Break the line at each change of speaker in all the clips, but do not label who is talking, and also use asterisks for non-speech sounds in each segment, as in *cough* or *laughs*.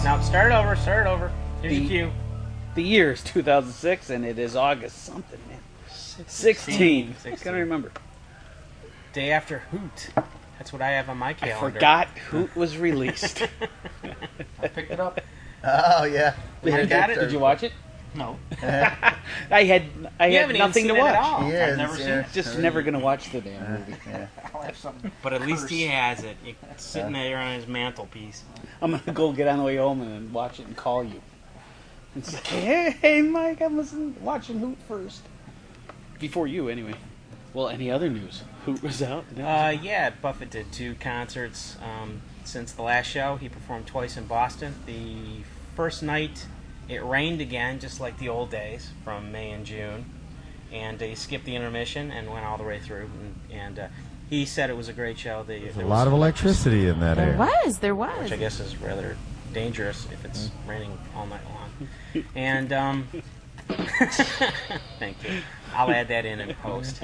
Stop. Start it over. Start it over. Here's
The-
your cue.
The year is 2006, and it is August something, man. 16. I
Sixteen.
gotta remember.
Day after Hoot. That's what I have on my
I
calendar.
forgot Hoot was
*laughs*
released. *laughs*
I picked it *laughs* up.
Oh yeah.
Did you
got
get
it?
Did you watch it? *laughs*
No.
I had I
You
had
haven't even
nothing to
seen it
watch.
at all.
Yeah,
I've never
it's-
seen
yeah.
it.
Just never gonna watch the damn movie.
Yeah.
I'll have something.
But at least he has it. It's sitting there on his mantelpiece.
I'm gonna go get on the way home and watch it and call you. And say, hey, hey, Mike, I'm listening, watching Hoot first. Before you, anyway. Well, any other news? Hoot was out. and that was-
Uh, yeah, Buffett did two concerts um, since the last show. He performed twice in Boston. The first night, it rained again, just like the old days from May and June. And he skipped the intermission and went all the way through. And, and uh, he said it was a great show. The,
There's a lot of electricity in that
There
area.
was, there was.
which I guess is rather dangerous if it's
Hmm.
raining all night
*laughs*
long. And um, *laughs* thank you. I'll add that in in post,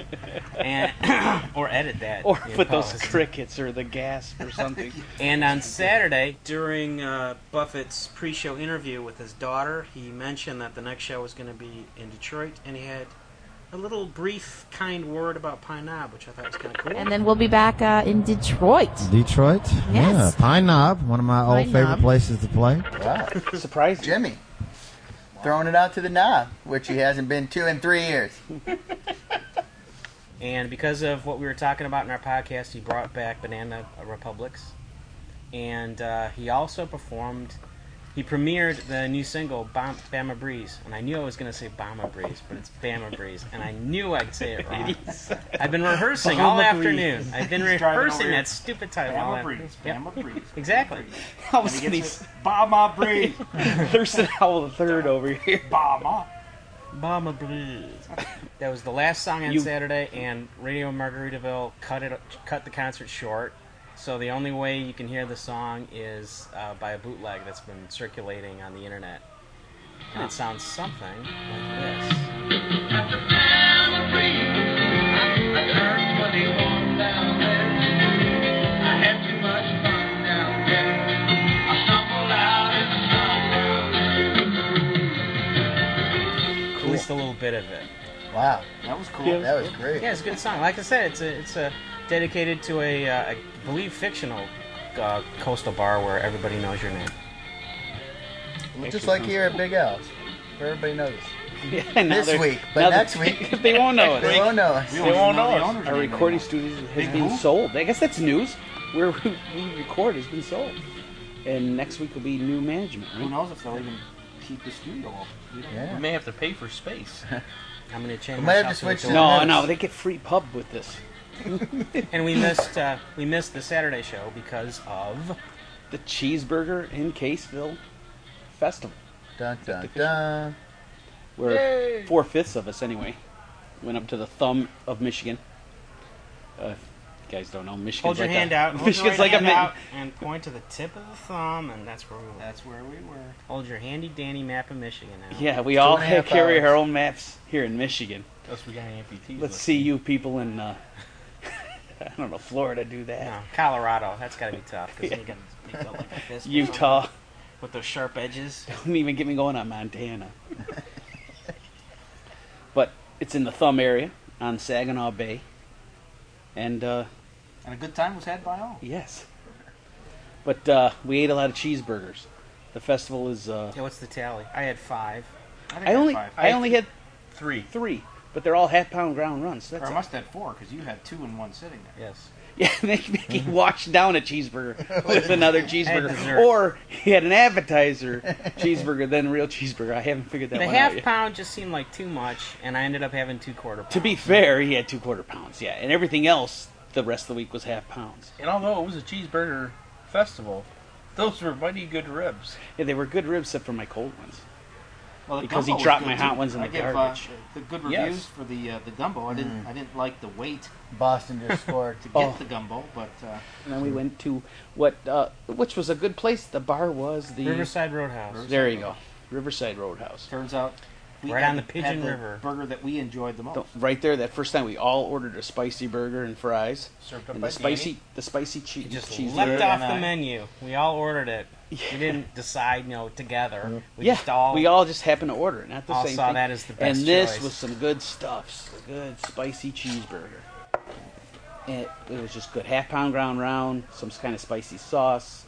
and *coughs* or edit that,
or
in
put those
post.
crickets or the gasp or
*laughs*
something.
And on Saturday, during uh, Buffett's pre-show interview with his daughter, he mentioned that the next show was going to be in Detroit, and he had a little brief, kind word about Pine Knob, which I thought was kind of cool.
And then we'll be back uh, in Detroit.
Detroit?
Yes.
Yeah. Pine Knob, one of my old
Pine
favorite
Knob.
places to play.
Wow.
Surprising.
Jimmy. Throwing it out to the knob, which he hasn't been to in three years.
And because of what we were talking about in our podcast, he brought back Banana Republics. And uh, he also performed, he premiered the new single, Bam- Bama Breeze. And I knew I was going to say Bama Breeze, but it's Bama Breeze. And I knew I'd say it wrong. I've been rehearsing all
Bama Breeze.
afternoon. I've been
He's driving
rehearsing
over
that
here.
stupid title. all
Bama
afternoon.
Breeze.
Yep,
Bama Breeze.
Exactly.
All of
And
a
he
sudden,
gets
he's
it. Bama Breeze.
Thurston Howell the Third over here. *laughs*
Bama.
Bama Breeze. *laughs* That was the last song on
You-
Saturday, and Radio Margaritaville cut it, cut the concert short. So the only way you can hear the song is uh, by a bootleg that's been circulating on the internet, and it sounds something like this. At least a little bit of it.
Wow.
That was cool.
That was great.
Yeah, it's a good song. Like I said, it's a, it's a dedicated to a, uh, I believe, fictional uh, coastal bar where everybody knows your name.
Just like here at Big Al's. Everybody knows.
Yeah, now
This
they're-
week, but
now they're-
next
*laughs*
week-
they won't know
They
it.
all know us.
We
They
don't even
won't
know
know
the
us.
owner's
Our
name
recording
anymore.
studios has
Big
been
move.
sold. I guess that's news. Where we, we record has been sold, and next week will be new management.
Who
Right?
knows if they'll even keep the studio open? We don't know.
Yeah.
We may have to pay for space.
I'm gonna change.
We might have
myself
to
a
switch
door.
that.
No,
knows?
no, they get free pub with this.
And we missed uh, we missed the Saturday show because of
The cheeseburger in Caseville festival,
Dun dun dun.
where four fifths of us anyway went up to the thumb of Michigan. Uh, if you guys don't know Michigan.
Hold your
like
hand
a, *laughs*
out. Hold
Michigan's
your
like
right
a
hand
mi-
out and point to the tip of the thumb, and that's where we were.
That's where we were.
Hold your handy dandy map of Michigan out.
Yeah, we
Two
all
and a
*laughs*
half
carry
hours.
our own maps here in Michigan.
Unless we got any
Let's
amputees. left.
see you people in, uh, *laughs* I don't know, Florida do that.
No, Colorado. That's got to be tough because you got to make up like a fist. or
Utah. *laughs*
something with those sharp edges.
Don't even get me going on Montana. but it's in the thumb area on Saginaw Bay. And, uh,
And a good time was had by all.
yes. But uh, we ate a lot of cheeseburgers. The festival is. Uh,
Yeah, what's the tally? I had five.
I think
I only
had five.
I only had
Three.
three, but they're all half pound ground runs. So
Or
that's
I must have had four because you had two in one sitting there.
Yes.
Yeah, *laughs* make Mickey wash down a cheeseburger with
*laughs*
another
Mm-hmm. dessert.
cheeseburger, or he had an appetizer cheeseburger, then real cheeseburger. I haven't figured that
The
one
half
out yet.
pound just seemed like too much, and I ended up having two quarter pounds.
to be fair, he had two quarter pounds, yeah, and everything else the rest of the week was half pounds.
And although it was a cheeseburger festival, those were mighty good ribs.
Yeah, they were good ribs except for my cold ones.
Well, the
Because he
gumbo was
dropped
good,
my hot
too.
ones in
I
the
give, uh,
garbage. Mm.
the good
Yes.
reviews for the uh, the gumbo. I didn't I didn't like the wait
Boston just scored.
to get
Oh.
the gumbo, but uh,
And then we went to what, uh, which was a good place. The bar was the
Riverside Roadhouse.
There you go, Riverside Roadhouse.
turns out we
Right
had
on the Pigeon
had
River.
burger that we enjoyed the most.
The- Right there, that first time we all ordered a spicy burger and fries,
Served up
and
by
the spicy, the spicy cheese.
It just
cheese
leapt
burger.
off
and
the
I-
menu. We all ordered it. We didn't decide, you know, together. We
yeah,
just all
we all just happened to order it, not the
all
same
saw
thing.
that as the best
And this
choice.
was some good stuff, a good spicy cheeseburger. It, it was just good, half pound ground round, some kind of spicy sauce,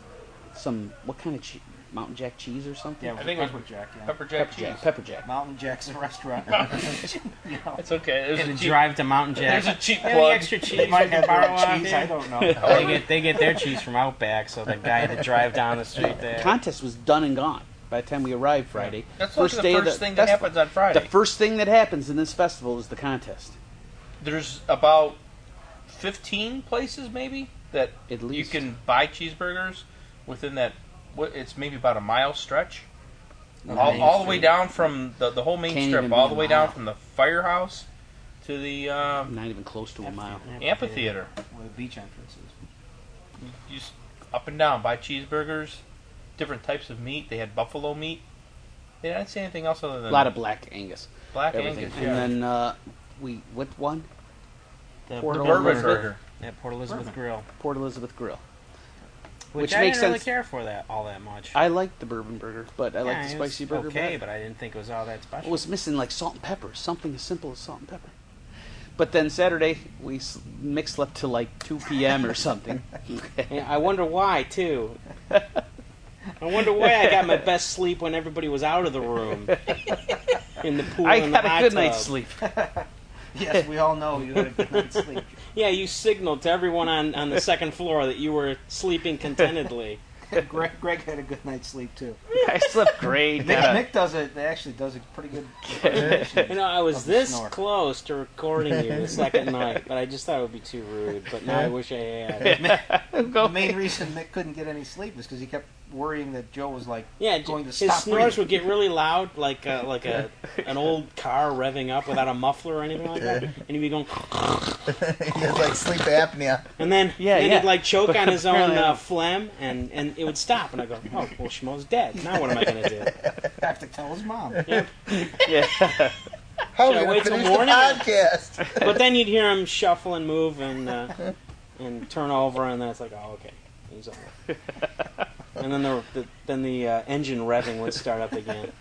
some what kind of che- Mountain Jack cheese or something?
Yeah,
I think it was
Pepper Jack. Yeah.
Pepper Jack
pepper
cheese.
jack, pepper
*laughs*
jack.
Mountain Jack's a
*laughs*
restaurant. You know,
*laughs* It's okay. There's
Get
a
a
cheap,
drive to Mountain Jack.
there's a cheap
Any
plug.
extra cheese?
they might have their
Borrow
own
one,
cheese.
dude.
I don't know.
they get they get their cheese from Outback, so the guy that drive down the street there.
Contest was done and gone by the time we arrived Friday.
That's like the
of
first thing that
festival.
happens on Friday.
The first thing that happens in this festival is the contest.
there's about 15 places maybe that
At
you
least.
can buy cheeseburgers within that what it's maybe about a mile stretch all,
Main
all the way down from the, the whole main
Can't even
strip
be
all
a
the way
mile.
down from the firehouse to the uh,
Not even close to a mile.
amphitheater
Where the beach entrance is.
you just up and down buy cheeseburgers different types of meat they had buffalo meat they didn't say anything else other than
A lot of black Angus.
black
everything.
Angus
and
yeah.
then uh, we what one?
The
Port
Port,
the
Elizabeth-
bourbon
Elizabeth,
burger
at Port Elizabeth
Bourbon.
Grill,
Port Elizabeth Grill.
which,
Which
I
makes
didn't
sense.
really care for that all that much.
I like the bourbon burger, but I like
Yeah,
the
it was
spicy burger
Okay,
better.
but I didn't think it was all that
It
special.
was missing like salt and pepper, something as simple as salt and pepper. But then Saturday we s- Mick slept till like 2 p.m. or something.
*laughs*
Yeah, I wonder why too. *laughs* I wonder why
*laughs*
I got my best sleep when everybody was out of the room in the pool.
I
and the
got a
hot
good night's
tub.
sleep. *laughs*
Yes, we all know you had a good night's sleep.
Yeah, you signaled to everyone on, on the second floor that you were sleeping contentedly.
*laughs* Greg, Greg had a good night's sleep too.
I slept great. Uh,
Nick,
got a-
Nick does it. They actually does a pretty *laughs* good. impersonation.
You know, I was
Of the
this
snore.
close to recording you the second night, but I just thought it would be too rude. But now I wish I had.
Go-
the main reason Mick couldn't get any sleep is because he kept worrying that Joe was like
Yeah,
going to
his
stop
snores
breathing.
would get really loud, like uh, like a an old car revving up without a muffler or anything like that, and he'd be going.
*laughs* it's like sleep apnea.
And then,
Yeah,
then
yeah.
he'd like choke on his own
Apparently I
uh,
don't.
phlegm, and, and it would stop. And I go, oh, well, Schmo's dead. Now what am I going to do?
I have to tell his mom.
yeah.
How
Should I
are we
wait till
finish the
morning? *laughs*
podcast?
But then you'd hear him shuffle and move and uh, and turn over, and then it's like, oh, okay, he's over. And then the, the then the uh, engine revving would start up
*laughs*
again.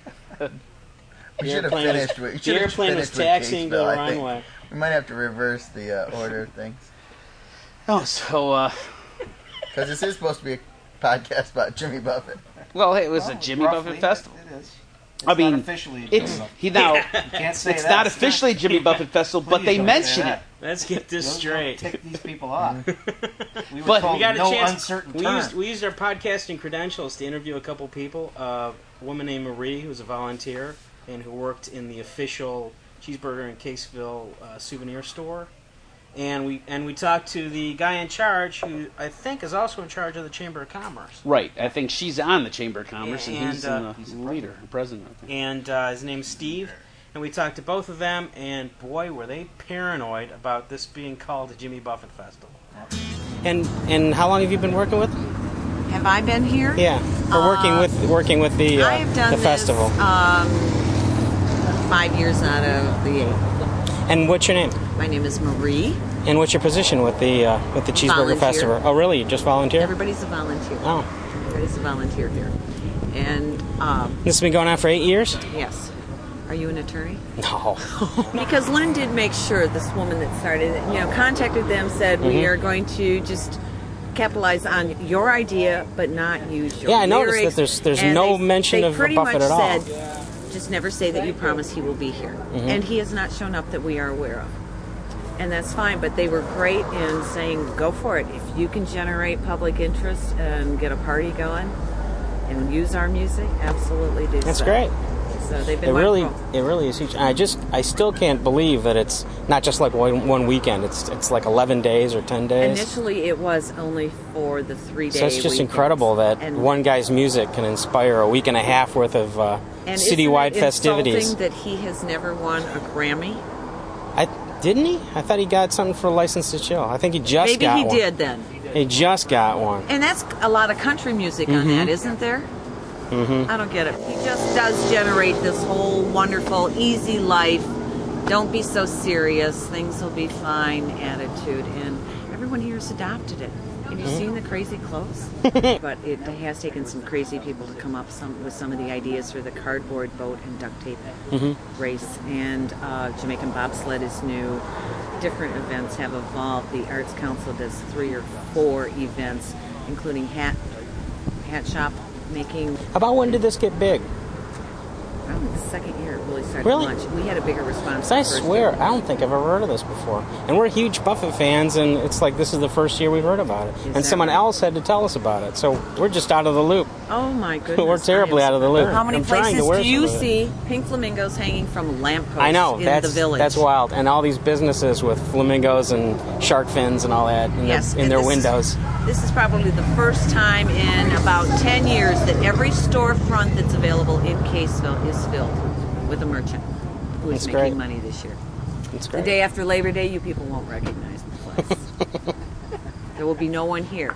We
The
should have
airplane was-
finished. with- we
The
should have
airplane was
finished with
taxiing to the
Caseville, I think.
runway.
We might have to reverse the uh, order of things
Oh, so uh,
because this is supposed to be a podcast about Jimmy Buffett.
well, it was
Well,
a Jimmy
Oh, roughly,
Buffett festival.
It is. It's
I mean,
not officially. a Jimmy
It's
Buffett.
he now.
You can't say
It's
that.
not officially Jimmy Buffett Festival, but
Please
they
don't
mention
say
it.
that.
Let's get this
Those
straight.
Don't tick these people
*laughs*
off. We were
But-
told
We got a
no
chance.
uncertain
we
terms.
used we used our podcasting credentials to interview a couple people. Uh, a woman named Marie, who's a volunteer and who worked in the official cheeseburger and Caseville uh, souvenir store, and we and we talked to the guy in charge, who I think is also in charge of the Chamber of Commerce,
Right. I think she's on the Chamber of Commerce,
Yeah,
and, he's,
and,
in
uh,
the, he's the leader, the president. I think.
and uh, his name's Steve. And we talked to both of them, and boy, were they paranoid about this being called a Jimmy Buffett Festival. And and how long have you been working with?
Have I been here?
Yeah, we're working
Uh,
with working with the uh,
I have done
the
this,
festival.
um, five years out of the eight.
and what's your name?
My name is Marie.
And what's your position with the uh, with the cheeseburger
Volunteer.
festival? Oh, really? You just volunteer?
Everybody's a volunteer.
oh,
Everybody's a volunteer here. And um,
this has been going on for eight years.
yes, are you an attorney? *laughs*
No.
Oh Because Lynn did make sure this woman that started it, you know, contacted them, said
Mm-hmm.
we are going to just capitalize on your idea, but not use your.
Yeah, I noticed that
lyrics."
there's- there's
And
no
they,
mention
they
of
pretty
Buffett
much
at all. Mm-hmm.
Said, just never say that you promise he will be here, and he has not shown up that we are aware of. And that's fine, but they were great in saying, "Go for it! If you can generate public interest and get a party going, and use our music, absolutely do."
That's
so.
great.
So they've been
It really
wonderful.
it really is huge. And I just I still can't believe that it's not just like one, one weekend. It's it's like 11 days or 10 days.
Initially, it was only for the three days.
so it's just incredible that one guy's music can inspire a week and a half worth of uh, citywide festivities.
That he has never won a Grammy.
I didn't he? I thought he got something for License to Chill. I think he just
Maybe
got
he
one.
did then.
He just got one.
And that's a lot of country music on that, isn't there? Mm-hmm. I don't get it. He just does generate this whole wonderful, easy life. Don't be so serious. Things will be fine. Attitude, and everyone here has adopted it. Have you seen the crazy clothes? but it has taken some crazy people to come up some, with some of the ideas for the cardboard boat and duct tape race. And uh, Jamaican bobsled is new. Different events have evolved. The Arts Council does three or four events, including hat hat shop making.
About when did this get big?
I don't know, the second year it really started
Really?
to launch. We had a bigger response.
'Cause I
the first
swear,
year.
I don't think I've ever heard of this before. And we're huge Buffett fans, and it's like this is the first year we've heard about it.
that
And someone
right?
else had to tell us about it, so we're just out of the loop.
Oh my goodness!
*laughs* We're terribly
I am-
out of the loop.
How many
I'm trying to
places
wear
do you
some of it.
see pink flamingos hanging from lampposts
I know
in
that's
the village?
that's wild, and all these businesses with flamingos and shark fins and all that in, their-
Yes,
in
and
their
this is-
windows.
This is probably the first time in about 10 years that every storefront that's available in Caseville is filled with a merchant who is
That's
making
great.
money this year.
It's
The
great.
day after Labor Day, you people won't recognize the place.
*laughs*
there will be no one here.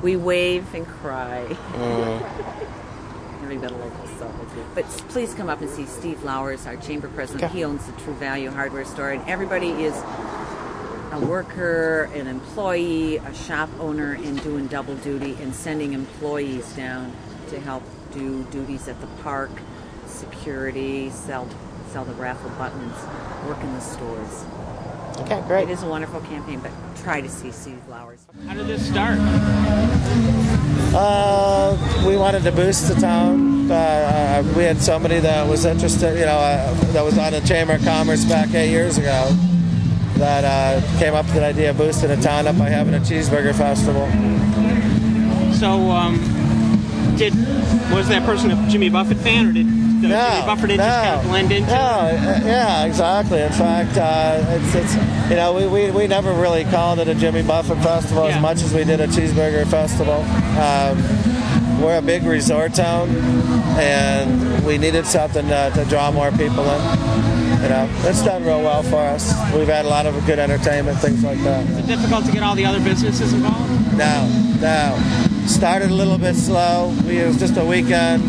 We wave and cry.
Mm.
*laughs* Having been a local, so. But s- please come up and see Steve Lowers, our chamber president.
Okay.
He owns the True Value Hardware Store, and everybody is a worker, an employee, a shop owner, and doing double duty and sending employees down to help do duties at the park, security, sell sell the raffle buttons, work in the stores.
okay,
It
great.
is a wonderful campaign, but try to see Steve Lowers.
How did this start?
Uh, we wanted to boost the town. Uh, Uh, we had somebody that was interested, you know, uh, that was on the Chamber of Commerce back eight years ago that uh, came up with the idea of boosting the town up by having a cheeseburger festival.
So, um, did was that person a Jimmy Buffett fan, or did the Jimmy Buffett just kind of blend into?
No, uh, yeah, exactly. In fact, uh, it's, it's you know we, we, we never really called it a Jimmy Buffett festival
Yeah.
as much as we did a cheeseburger festival. Um, we're a big resort town, and we needed something uh, to draw more people in. You know, it's done real well for us. We've had a lot of good entertainment, things like that.
Is it difficult to get all the other businesses involved?
No, no. Started a little bit slow. We, it was just a weekend,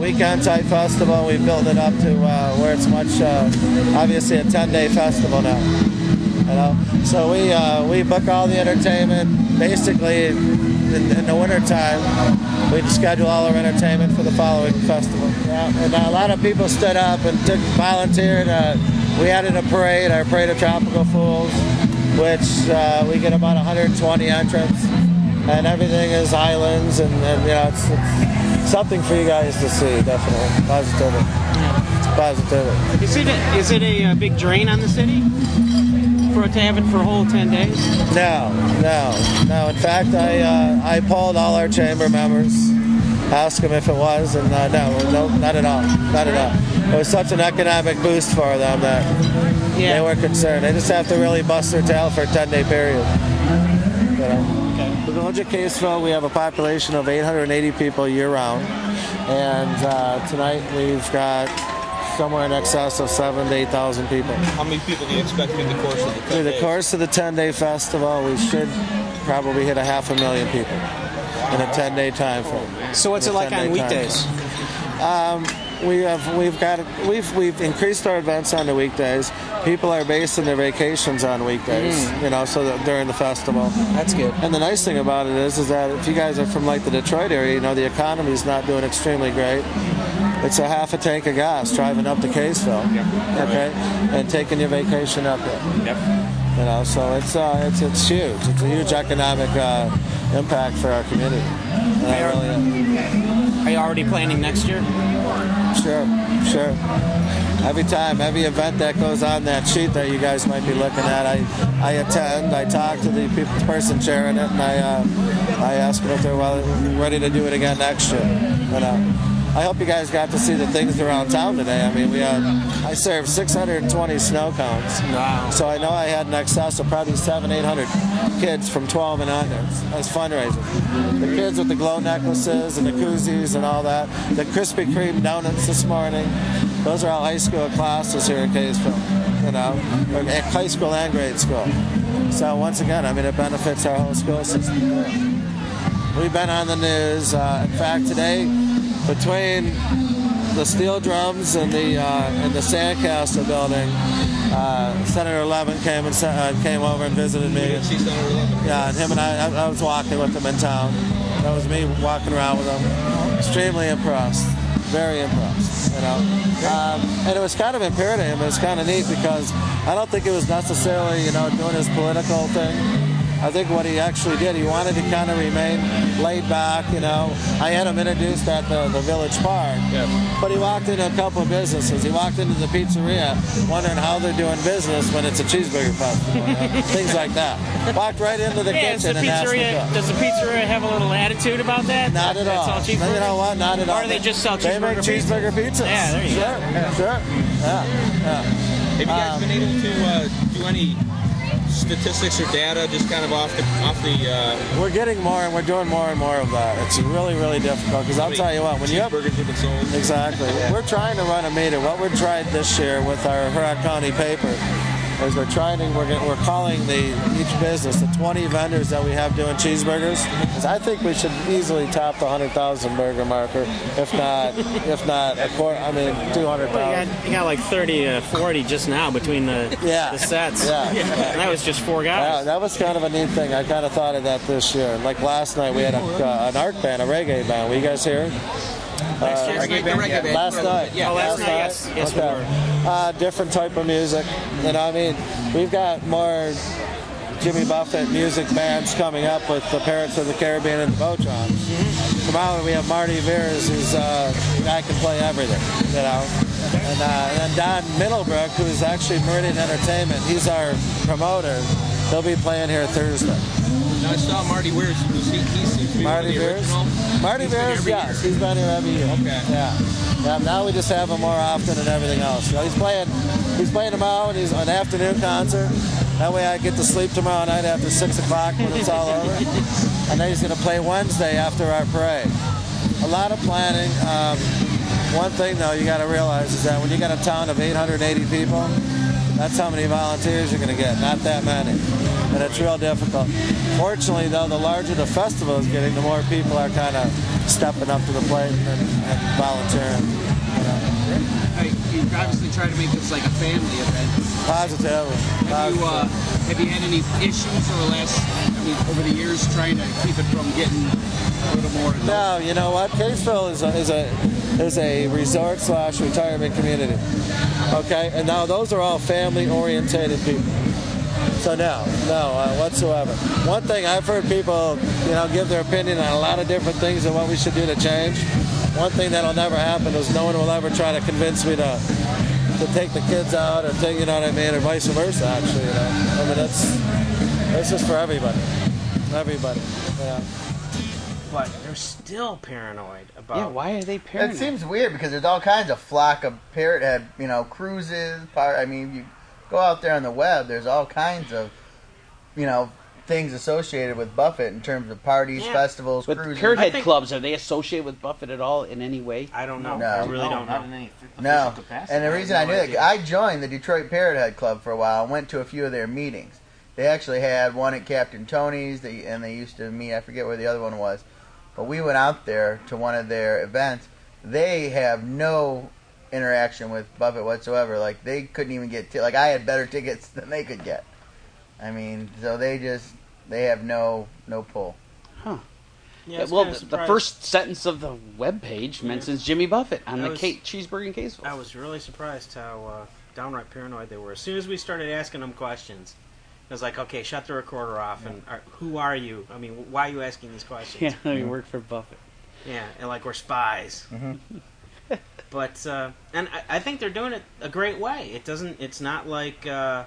weekend type festival. and We built it up to uh, where it's much, uh, obviously, a 10 day festival now. You know, so we uh, we book all the entertainment. Basically, in, in the winter time, we schedule all our entertainment for the following festival. Yeah, and a lot of people stood up and took volunteered. Uh, we added a parade, our parade of tropical fools, which uh, we get about 120 entrants and everything is islands and, and you know it's, it's something for you guys to see definitely positively it's positively
Is it a, is it a, uh big drain on the city for to have it for a whole ten days?
no no no in fact i uh, i polled all our chamber members asked them if it was and uh, no no not at all not at all it was such an economic boost for them that they were concerned they just have to really bust their tail for a 10 day period you know The village of Caseville, we have a population of 880 people year round. And uh, tonight we've got somewhere in excess of seven to 8,000 people.
How many people do you expect through the course of the
Through the
days?
course of the 10 day festival, we should probably hit a half a million people in a 10 day time frame.
So what's it
In a
like
10-day
on
time Um,
weekdays?
we have we've got we've we've increased our events on the weekdays. People are basing their vacations on weekdays, you know, so that during the festival.
Mm. That's good.
And the nice thing about it is, is that if you guys are from like the Detroit area, you know, the economy is not doing extremely great. It's a half a tank of gas driving up to Kaysville, okay, and taking your vacation up there.
Yep.
You know, so it's uh, it's it's huge. It's a huge economic uh, impact for our community. And I really am.
Are you already planning next year?
Sure, sure. Every time, every event that goes on that sheet that you guys might be looking at, I, I attend, I talk to the peop person chairing it, and I, uh, I ask them if they're well, ready to do it again next year. But uh, I hope you guys got to see the things around town today. I mean, we uh, I served 620 snow cones.
Wow.
So I know I had an excess of probably seven, eight hundred kids from 12 and under as fundraisers. The kids with the glow necklaces and the koozies and all that. The Krispy Kreme donuts this morning. Those are all high school classes here in Kaysville, you know, or at high school and grade school. So once again, I mean, it benefits our whole school system. We've been on the news. Uh, in fact, today, between the steel drums and the uh, and the sandcastle building, uh, Senator Levin came and se- uh, came over and visited me. Yeah, and him and I, I, I was walking with him in town. That was me walking around with him. Extremely impressed. Very impressed, you know. Um, and it was kind of imperative. It was kind of neat because I don't think it was necessarily, you know, doing his political thing. I think what he actually did, he wanted to kind of remain laid back, you know. I had him introduced at the, the village park, but he walked into a couple of businesses. He walked into the pizzeria, wondering how they're doing business when it's a cheeseburger festival, you know, *laughs* things like that. Walked right into the
Yeah, does the
kitchen and asked me.
pizzeria, does the pizzeria have a little attitude about that?
Not at
That's
all.
all cheaper.
You know what? Not at all.
Or they just sell
They make
cheeseburger pizza.
cheeseburger pizzas.
Yeah, there you
sure.
go.
Sure. Yeah. yeah.
Have you guys been able to uh, do any statistics or data just kind of off the off the? Uh,
We're getting more and we're doing more and more of that. It's really, really difficult because I'll tell you what, when you have
burgers have been sold.
Exactly. We're trying to run a meter. What we're trying this year with our Huron County paper is we're trying to we're, gonna- we're calling the each business the 20 vendors that we have doing cheeseburgers. 'Cause I think we should easily top the 100,000 burger marker, if not if not a quar I mean 200,000.
You got like 30 to 40 just now between the,
Yeah.
the sets.
Yeah.
And that was just four
Yeah,
guys.
that was kind of a neat thing. I kind of thought of that this year. And like last night, we had a, uh, an art band, a reggae band. Were you guys here? Uh,
Last night, the reggae band.
Last night.
Yeah,
Oh, last
last
night, yes. Yes, we
okay. Uh, different type of music. You know, I mean, we've got more Jimmy Buffett music bands coming up with the Parents of the Caribbean and the Botrons. Tomorrow we have Marty Veers, who's uh, I can play everything, you know. And, uh, and then Don Middlebrook, who's actually Meridian Entertainment, he's our promoter. He'll be playing here Thursday.
Now, I saw Marty Weir's. He, he seems to be one of
Marty
the
Veers?
original.
Marty
He's been
Veers,
every
yes.
year.
He's been here every year.
Okay.
Yeah. yeah. Now we just have him more often and everything else. You know, he's playing he's playing tomorrow and he's an afternoon concert. That way I get to sleep tomorrow night after six o'clock when it's all over. And then he's gonna play Wednesday after our parade. A lot of planning. Um, one thing though you gotta realize is that when you got a town of eight hundred and eighty people, that's how many volunteers you're gonna get, not that many. And it's real difficult. Fortunately, though, the larger the festival is getting, the more people are kind of stepping up to the plate and, and volunteering. you know.
Hey, you obviously try to make this like a family event.
Positively.
Have you,
Positively.
uh, have you had any issues over the last, I mean, over the years trying to keep it from getting a little more? adult?
No, you know what? Kaysville is a, is a is a resort slash retirement community. Okay, and now those are all family orientated people. So no, no uh, whatsoever. One thing I've heard people, you know, give their opinion on a lot of different things and what we should do to change. One thing that'll never happen is no one will ever try to convince me to to take the kids out or take, you know what I mean, or vice versa. Actually, you know, I mean that's that's just for everybody, everybody. Yeah.
But they're still paranoid about.
Yeah, why are they paranoid?
It seems weird because there's all kinds of flock of parrot head, you know, cruises. Par- I mean, you go out there on the web, there's all kinds of, you know, things associated with Buffett in terms of parties,
Yeah.
festivals,
But
cruises.
parrot
I
head
think-
clubs are they associated with Buffett at all in any way?
I don't know.
No.
I really
No,
don't
not
know.
in any
No,
official capacity.
and the
have
reason
no
I knew
idea.
that, I joined the Detroit Parrot Head Club for a while and went to a few of their meetings. They actually had one at Captain Tony's, they, and they used to meet, I forget where the other one was, but we went out there to one of their events. They have no interaction with Buffett whatsoever. Like, they couldn't even get, t- like, I had better tickets *laughs* than they could get. I mean, so they just, they have no, no pull.
Yeah, I was
well,
kinda
the, the
surprised.
first sentence of the webpage mentions Jimmy Buffett on
I
the
was-
Kate cheeseburger in Kaysville.
I was really surprised how uh, downright paranoid they were. As soon as we started asking them questions, it was like, okay, shut the recorder off. And are, who are you? I mean, wh- why are you asking these questions?
*laughs* yeah, I work for Buffett.
Yeah, and like we're spies.
Mm-hmm.
*laughs* but uh, and I, I think they're doing it a great way. It doesn't. It's not like uh,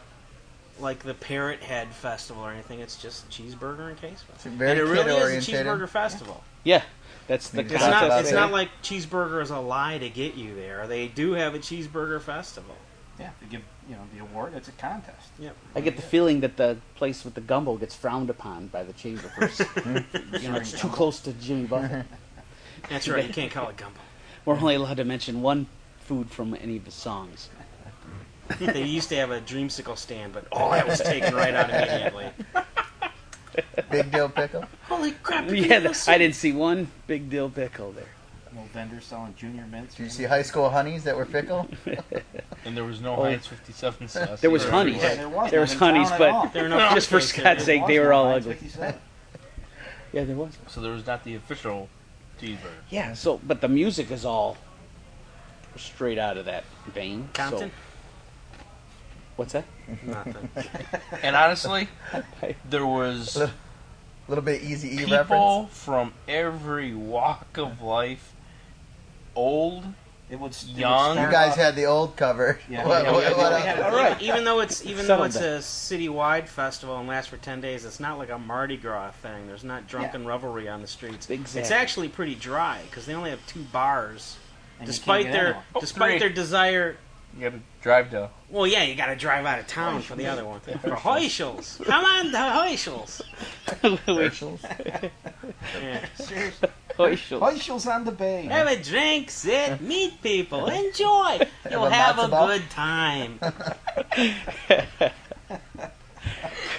like the Parrot Head Festival or anything. It's just cheeseburger and queso.
It's very
and it really is a
kid-orientated.
cheeseburg festival.
Yeah, that's the
It's
It's
That's
concept.
what I
not. It's
think.
not like cheeseburger is a lie to get you there. They do have a cheeseburger festival.
Yeah, they give you know the award. It's a contest.
Yep.
I get the feeling that the place with the gumbo gets frowned upon by the
*laughs*
cheeseburgers. you know, it's too close to Jimmy Buffett.
That's right. You can't call it
*laughs*
gumbo.
We're only allowed to mention one food from any of his songs.
They used to have a dreamsicle stand, but all that was taken right out
*laughs*
immediately.
Big deal pickle.
Holy crap! you
Yeah,
can't
th- *laughs*
listen.
I didn't see one big dill pickle there.
Little vendor selling junior mints.
Did you see high school honeys that were fickle?
and there was no
Oh.
Heinz 57 sauce.
There was
either.
honeys.
Yeah,
there was, honeys, but just
*laughs*
for Scott's sake, they were all ugly. yeah, there was.
So there was not the official cheeseburger.
Yeah. So, but the music is all straight out of that vein. so-
Compton?
what's that?
Nothing. and honestly, there was a
little bit easy E
people
reference.
from every walk of life, old,
it would
young.
You guys had the old cover. What- what- what else?
All right. Even though it's even though
Settle
it's
that.
a citywide festival and lasts for ten days, it's not like a Mardi Gras thing. There's not drunken revelry on the streets. It's
Exactly.
actually pretty dry because they only have two bars,
And you
despite
can't get in
their
one. Oh,
despite
three.
their desire.
You got to drive to.
Well, yeah, you got to drive out of town for the other one for Heuschels. Come on, the Heuschels. yeah.
Seriously.
Heuschels.
Heuschels on the bay.
Have a drink, sit, meet people, enjoy. You'll
a
have a
matzo ball?
good time.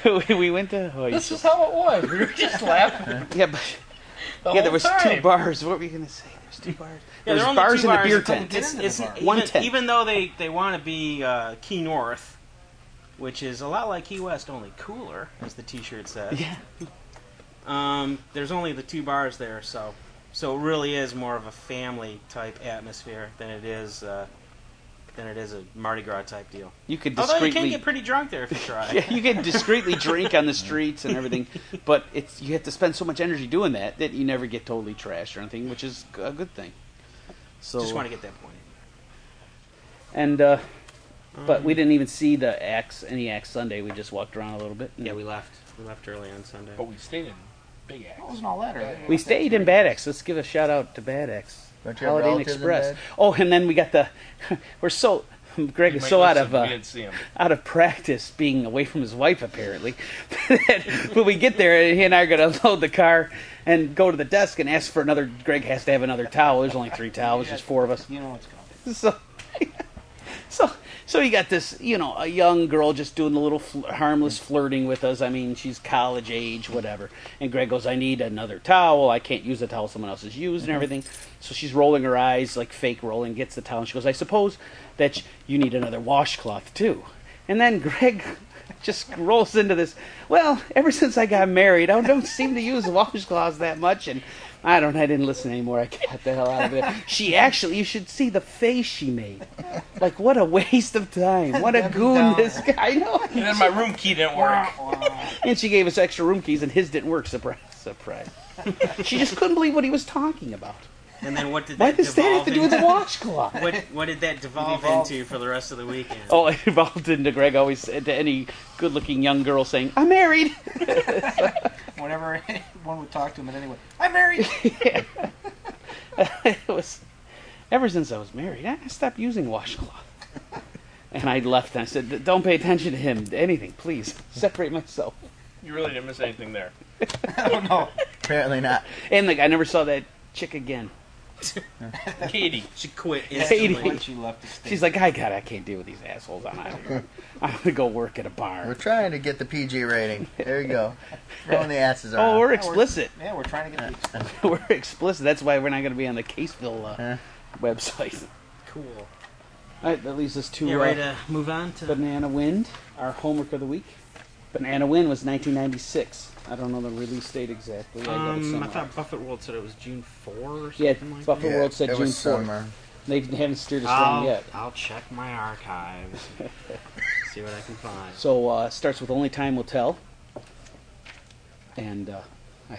*laughs* we we went to Hoyt.
This is how it was. We were
*laughs*
just laughing.
yeah, but
The
yeah, there
whole
was two
time.
bars. What were you gonna say? There's two
*laughs*
bars.
Yeah,
There's
there are only
bars
two
in the
bars.
beer
It's-
tent.
It's, it's, even,
One tent.
even though they, they want to be uh, Key North, which is a lot like Key West, only cooler, as the T-shirt says.
Yeah.
Um, there's only the two bars there, so so it really is more of a family type atmosphere than it is uh, than it is a Mardi Gras type deal.
You could
Although you can
*laughs* discreetly-
get pretty drunk there if you try.
yeah, you can discreetly drink on the streets and everything,
*laughs*
but it's you have to spend so much energy doing that that you never get totally trashed or anything, which is a good thing. So
Just want to get that point.
and uh, but
Mm.
we didn't even see the axe any axe Sunday. We just walked around a little bit. Yeah,
we left. We left early on Sunday.
But we stayed in Big Axe.
Wasn't all that early.
We stayed in Bad Axe. Let's give a shout out to Bad Axe.
Don't
you have
Holiday Inn
relatives in
Express.
Bad?
Oh, and then we got the. *laughs* We're so. Greg
You
is
might
so out
listen.
of
We
uh,
didn't see him.
out of practice being away from his wife apparently. *laughs* when we get there, he and I are going to load the car and go to the desk and ask for another. Greg has to have another towel. There's only three towels. There's four of us.
You know what's going.
*laughs* So, so, so you got this, you know, a young girl just doing the little fl- harmless flirting with us. I mean, she's college age, whatever. And Greg goes, "I need another towel. I can't use the towel someone else has used and everything." So she's rolling her eyes, like fake rolling, gets the towel, and she goes, "I suppose that sh- you need another washcloth too." And then Greg *laughs* just rolls into this. Well, ever since I got married, I don't seem to use washcloths that much, and I don't. I didn't listen anymore. I got the hell out of there. She actually, you should see the face she made. Like, what a waste of time. What a goon this guy. I know. And
then my room key didn't work.
And she gave us extra room keys, and his didn't work. Surprise, surprise. She just couldn't believe what he was talking about.
And then what
*laughs*
did
Why
that
does that have
devolve
to do with
into?
the washcloth?
What what did that devolve into for the rest of the weekend?
Oh, it evolved into Greg always said to any good-looking young girl saying, "I'm married." *laughs*
Whenever *laughs* one would talk to him in any way, I'm married.
it was ever since I was married. I stopped using washcloth, and I left. And I said, "Don't pay attention to him. Anything, please. Separate myself."
You really didn't miss anything there.
Apparently not.
And like, I never saw that chick again.
Katie,
she quit
Katie.
She left the state.
She's like, "I got. I can't deal with these assholes. I'm out. of
*laughs*
here. I'm gonna go work at a
We're
bar."
trying to get the PG rating. There you go. Throwing the asses around.
Oh, we're explicit.
Yeah, we're trying to get. the-
*laughs* we're explicit. That's why we're not gonna be on the Caseville uh, website.
Cool.
All right, that leaves us to
Yeah,
uh,
ready to move on to
Banana Wind, our homework of the week. Banana Wind was 1996. I don't know the release date exactly. I got it
Um, I
somewhere.
thought Buffett World said it was June 4 or something
Yeah,
like Oh.
Buffalo
that.
World said
it
June
was
4th.
summer.
They haven't steered us
I'll,
wrong yet.
I'll check
*laughs*
my archives, and see what I can find.
So uh, it starts with Only Time Will Tell. And uh, *laughs* I, I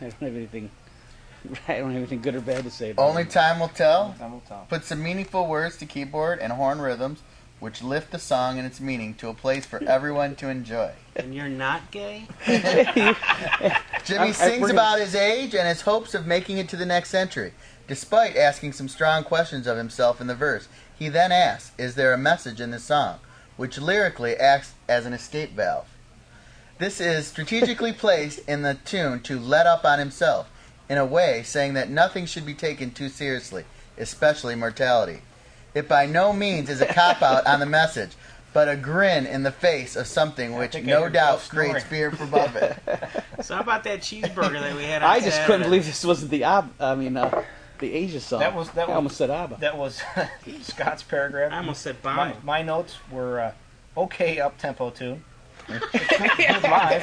don't have anything. *laughs* I don't have anything good or bad to say. About
Only
it.
time will tell.
Time will tell.
Put some meaningful words to keyboard and horn rhythms, which lift the song and its meaning to a place for everyone to enjoy.
And you're not gay?
Jimmy
I- I-
sings
we're
about
gonna-
his age and his hopes of making it to the next century, despite asking some strong questions of himself in the verse. He then asks, Is there a message in this song? which lyrically acts as an escape valve. This
*laughs*
is strategically placed in the tune to let up on himself, in a way saying that nothing should be taken too seriously, especially mortality. It by no means is a cop out on the message, but a grin in the face of something which
think I
no
heard
doubt
Ralph snoring.
creates fear for Buffett.
So how about that cheeseburger that we had on
*laughs* I just couldn't
Saturday?
believe this wasn't the ob- I mean, uh, the Asia song.
That was that
I
was
almost said ABBA.
That was *laughs* Scott's paragraph. I
Ah,
almost said
my,
Bono.
my notes were uh, okay up tempo tune. Good live.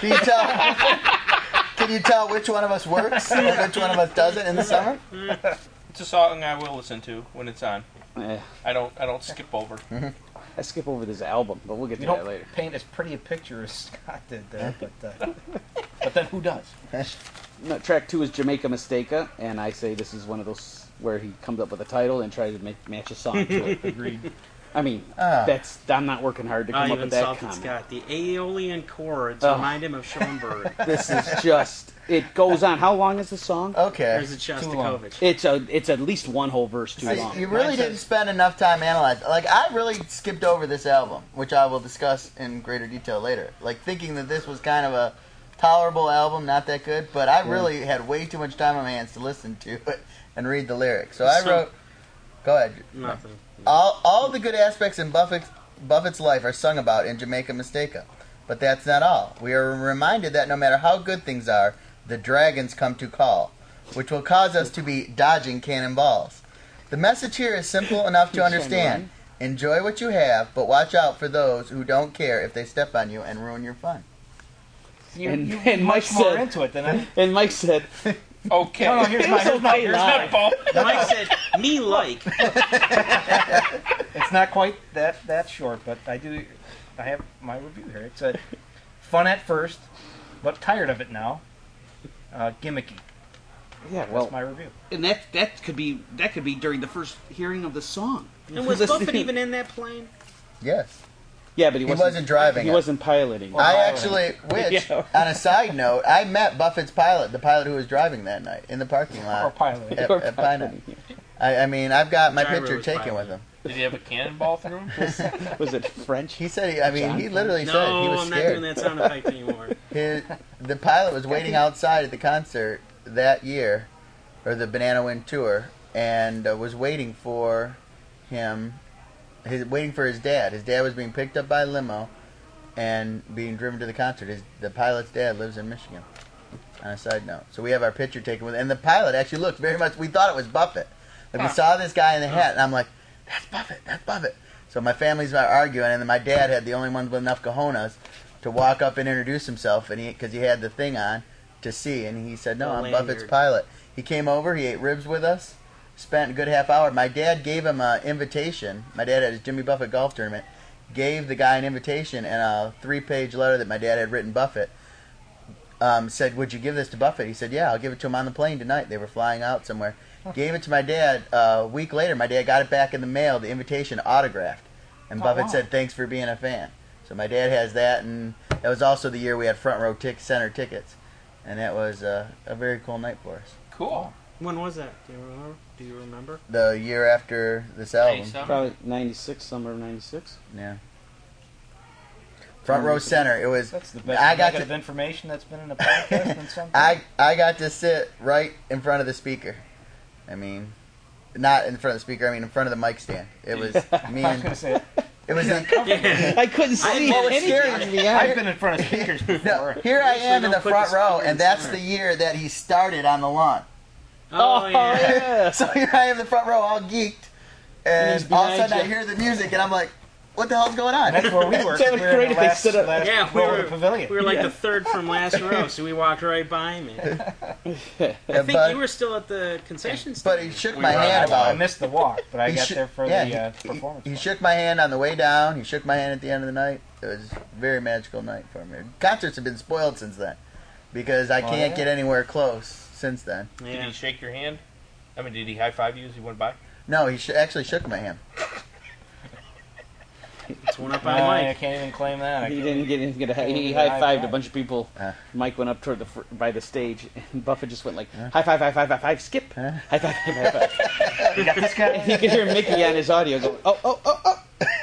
Can you tell? *laughs* Can you tell which one of us works and which one of us doesn't in the summer? *laughs*
It's a song I will listen to when it's on.
Yeah.
I don't I don't skip
*laughs*
over.
I skip over this album, but we'll get
You
to
don't
that later.
paint as pretty a picture as Scott did there, but uh, *laughs* but then who does?
No, track two is Jamaica Mistaka, and I say this is one of those where he comes up with a title and tries to make, match a song to it.
Agreed.
I mean,
Ah.
that's I'm not working hard to
I
come up
even
with that
Oh, salted
comment.
Scott. The Aeolian chords
Oh.
remind him of Schoenberg.
*laughs* This is just it goes on. How long is the song?
Okay,
There's a Shostakovich.
It's a it's at least one whole verse too
I-
long.
you really didn't spend enough time analyzing. Like I really skipped over this album, which I will discuss in greater detail later. Like thinking that this was kind of a tolerable album, not that good, but I
Yeah.
really had way too much time on my hands to listen to it and read the lyrics. So I
So-
wrote. Go ahead.
Nothing.
All, all the good aspects in Buffett's, Buffett's life are sung about in Jamaica Mistaka. But that's not all. We are reminded that no matter how good things are, the dragons come to call, which will cause us to be dodging cannonballs. The message here is simple enough to
He's
understand. Enjoy what you have, but watch out for those who don't care if they step on you and ruin your fun.
You're,
And-
you're
and
much
Mike
more
said-
into it than I.
And Mike said,
Okay.
No, no, here's
*laughs*
my, here's my, here's my
Mike said, "Me like."
it's not quite that that short, but I do. I have my review here. It said, "Fun at first, but tired of it now. Uh, gimmicky."
"Yeah,
That's
well,
my review.
and that that could be that could be during the first hearing of the song."
And was Buffett even in that plane?
Yes.
Yeah, but he
He
wasn't,
wasn't driving
He
it.
wasn't piloting.
I actually, which,
Yeah.
on a side note, I met Buffett's pilot, the pilot who was driving that night, in the parking
Or
lot
pilot.
*laughs*
at,
Or
at Pine Knot. I, I mean, I've got my
Gyro
picture
was
taken
fine.
with him.
Did he have a cannonball through him?
was it French?
*laughs* He said, he, I mean,
John
he literally said he
No,
was
I'm not doing
scared.
that
*laughs*
sound effect anymore.
His, the pilot was waiting outside at the concert that year, or the Banana Wind tour, and uh, was waiting for him, his, waiting for his dad. His dad was being picked up by a limo and being driven to the concert. His, the pilot's dad lives in Michigan. On a side note, so we have our picture taken with, and the pilot actually looked very much. We thought it was Buffett. Like we saw this guy in the hat, and I'm like, "That's Buffett. That's Buffett." So my family's not arguing, and then my dad had the only ones with enough cojones to walk up and introduce himself, and he because he had the thing on to see, and he said, "No,
The
I'm Buffett's
lanyard.
pilot." He came over, he ate ribs with us, spent a good half hour. My dad gave him an invitation. My dad had his Jimmy Buffett golf tournament. Gave the guy an invitation and a three-page letter that my dad had written Buffett. Um, said, "Would you give this to Buffett?" He said, "Yeah, I'll give it to him on the plane tonight." They were flying out somewhere. Gave it to my dad uh, a week later. My dad got it back in the mail, the invitation autographed, and
Oh,
Buffett
wow.
said, "Thanks for being a fan." So my dad has that, and that was also the year we had front row tick center tickets, and that was uh, a very cool night for us.
Cool.
When was that? Do you remember? Do you remember?
The year after this
Oh.
Hey,
album,
son.
Probably '96, summer of '96.
yeah. Front row center. It was
That's the best
I got
nugget
to-
of information that's been in a podcast and
*laughs*
something.
I I got to sit right in front of the speaker. I mean, not in front of the speaker. I mean, in front of the mic stand. It was
*laughs*
me
I was gonna
and
say
it was.
Yeah.
I couldn't see
well, it's
anything.
I've been in front of speakers before.
No, here I
Usually
am in
don't
the
put
front
the
row,
speaker in
and that's
center.
the year that he started on the lawn. *laughs*
Oh,
*laughs*
yeah.
So here I am in the front row, all geeked,
And
and
he's
all of a
behind
sudden I
you.
hear the music, and I'm like, "What the hell's going on?"
That's where
*laughs*
we were. we
That was
were in
great
the
if they
last,
stood up.
last
Yeah, we
row of
were-
the pavilion.
We were like the third from last row, so we walked right by me. I
Yeah,
think
but,
you were still at the concession stand.
but he shook
We
my
were on
hand
that
I
about.
missed the walk, but I
he
got
shook-
there for
yeah,
the uh,
he- he-
performance.
He,
part.
shook my hand on the way down. He shook my hand at the end of the night. It was a very magical night for me. Concerts have been spoiled since then because I
Oh,
can't
yeah.
get anywhere close since then.
Did
Yeah.
he shake your hand? I mean, did he high five you as he went by?
No, he sh- actually shook my hand.
It's one up
No,
on
I
Mike.
can't even claim that. I
He
can't-
didn't get anything. He,
He
he
didn't
high
high
fived a
five.
bunch of people.
Uh.
Mike went up toward the fr- by the stage, and Buffett just went like high five, high five, high five, skip,
Huh?
high five, high five. high
*laughs* You got this
five. you
guy.
could hear Mickey on his audio going, oh, oh, oh, oh,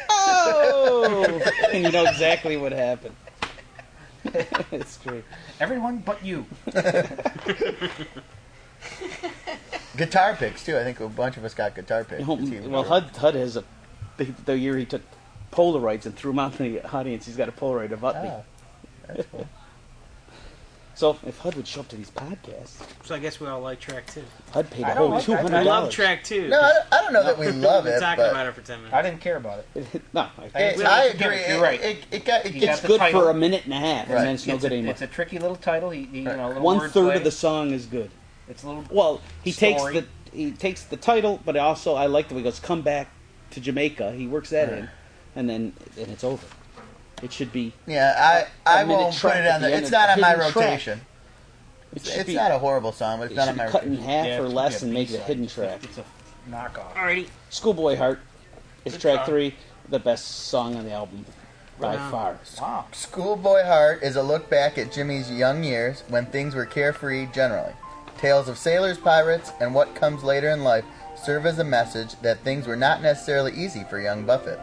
oh, and you know exactly what happened. *laughs* it's true.
Everyone but you.
Guitar picks too. I think a bunch of us got guitar picks.
Well,
Team
Oh, well, Hud Hud has a the, the year he took
Oh,
Polaroids and threw them out in the audience. He's got a Polaroid of Utley.
Oh, that's cool.
*laughs* So if HUD would show up to these podcasts,
So I guess we all like track two.
HUD paid a
I don't
whole
like
two
track
hundred.
two. I love track two.
No,
I don't- I don't know
that
*laughs*
we love
We've been
it,
talking
but-
about it for ten minutes.
I didn't care about it.
*laughs* no,
It's-
It's- I
it's a gimmick,
agree.
you're
It-
right.
It, it got, it
He
gets
got the
good
title.
for a minute and a half, and then it's no
a,
good anymore.
It's a tricky little title. He, he, you know, a little
One
word
third
play.
of the song is good.
It's a little
well. He
story.
takes the he takes the title, but also I like that he goes come back to Jamaica. He works that in, and then and it's over. It should be
Yeah,
A
I I
minute
won't put
track
it
at
on
the
the.
end
It's
of-
not on my
hidden track.
rotation.
It
It's,
should be-
not a horrible song, but it's
it
not
should
on
be
my
cut in
rotation.
half or less and make it
B-side.
a hidden track.
It's a knockoff.
Alrighty.
Schoolboy Heart is
Good
track
song.
three, the best song on the album by
Right on.
far.
Wow.
Schoolboy Heart is a look back at Jimmy's young years when things were carefree generally. Tales of sailors, pirates, and what comes later in life serve as a message that things were not necessarily easy for young Buffett.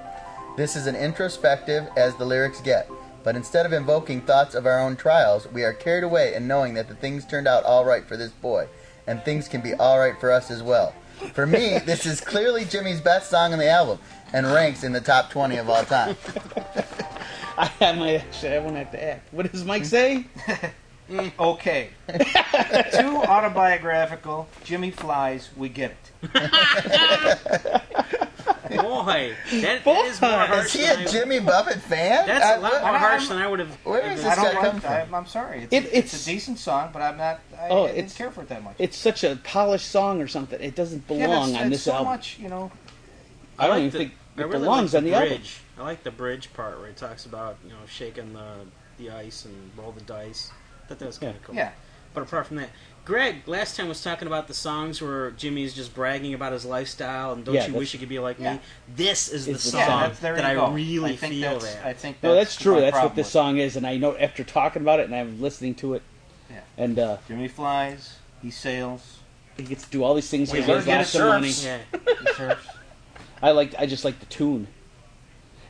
This is an introspective as the lyrics get, but instead of invoking thoughts of our own trials, we are carried away in knowing that the things turned out all right for this boy, and things can be all right for us as well. For me, this is clearly Jimmy's best song on the album and ranks in the top 20 of all time.
I, I might actually, I won't have to act. What does Mike say?
*laughs*
okay. Too autobiographical. Jimmy flies. We get it.
*laughs* Boy, that, that is more harsh.
Is he
than
a
I-
Jimmy Buffett fan?
That's a
I-
lot more harsh than I would have.
Where is
I
this
don't
guy
like
come from?
I'm, I'm sorry. It's,
It-
it's,
it's-
a decent song, but I'm not. I,
Oh,
I didn't
it's-
care for it that much.
It's such a polished song or something. It doesn't
Yeah,
belong
that's-
on
that's
this
so
album.
much, you know.
I don't
like
even
the-
think
I
it
really
belongs
like
on the album.
bridge. I like the bridge part where it talks about you know shaking the the ice and roll the dice. I thought that was kind of cool.
Yeah.
But apart from that, Greg last time was talking about the songs where Jimmy is just bragging about his lifestyle and don't
Yeah,
you
that's-
wish you could be like
yeah.
me. This is, the
Is the
song
song.
There
that
you
I
go.
really
I think
feel
that's-
that.
I think
No, that's true.
my
That's what
problem
this
with
song is, and I know after talking about it and I'm listening to it,
Yeah.
and uh,
Jimmy flies. He sails.
he gets to do all these things
We
because he has
learn
lots
to
of money.
surf. He surfs.
I like. I just like the tune.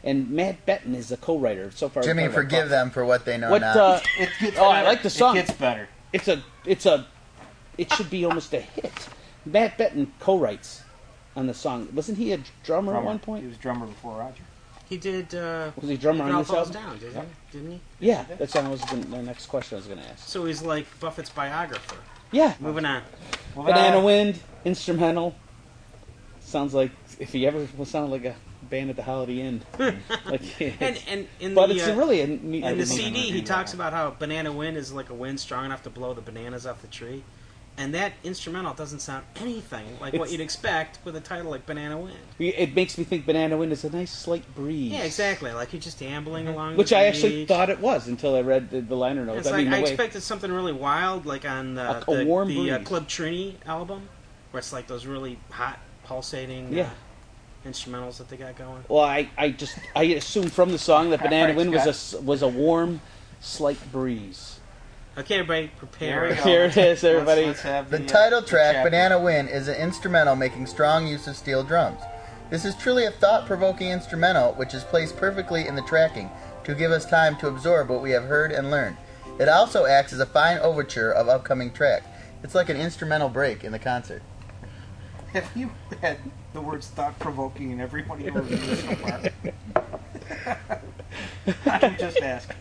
And Matt Benton is the co-writer so far.
Jimmy, forgive them for what they know
What?
not.
Uh,
It gets
oh, I
better.
like the song.
It gets better.
It's a. It's a. It should be almost a hit. Matt Benton co-writes on the song. Wasn't he a drummer, at
Drummer.
one point?
He was drummer before Roger.
He did. Uh,
Was he drummer
It
on
all
this
falls
album?
down, didn't, he? didn't he?
Yeah, that's what I was gonna, the next question I was going to ask.
So he's like Buffett's biographer.
Yeah,
Moving on.
Banana Wind instrumental. Sounds like if he ever well, sounded like a band at the Holiday
*laughs*
Inn. like,
And and in
but
the,
it's
uh,
really a neat.
In the
neat-
CD, he talks about how banana wind is like a wind strong enough to blow the bananas off the tree, and that instrumental doesn't sound anything like what
It's-
you'd expect with a title like Banana Wind.
It makes me think Banana Wind is a nice slight breeze.
Yeah, exactly. Like you're just ambling along.
Mm-hmm. Which
the
I actually
beach.
thought it was until I read the, the liner notes.
It's
I
like
mean,
I
the way,
expected something really wild, like on uh,
A- a
the,
warm
the uh,
breeze.
Club Trini album, where it's like those really hot, pulsating
Yeah.
uh, instrumentals that they got going.
well, I, I just I assumed from the song that Banana
Right,
Wind was a
Scott.
s- was a warm, slight breeze. *laughs*
Okay, everybody, prepare.
Here we go. *laughs* Here it is, everybody.
Let's, let's have
The
the, uh,
title
the
track,
chapter.
Banana Wind, is an instrumental making strong use of steel drums. This is truly a thought provoking instrumental which is placed perfectly in the tracking to give us time to absorb what we have heard and learned. It also acts as a fine overture of upcoming track. It's like an instrumental break in the concert.
If you had the words thought provoking in every one of your reviews so far, I'm just asking.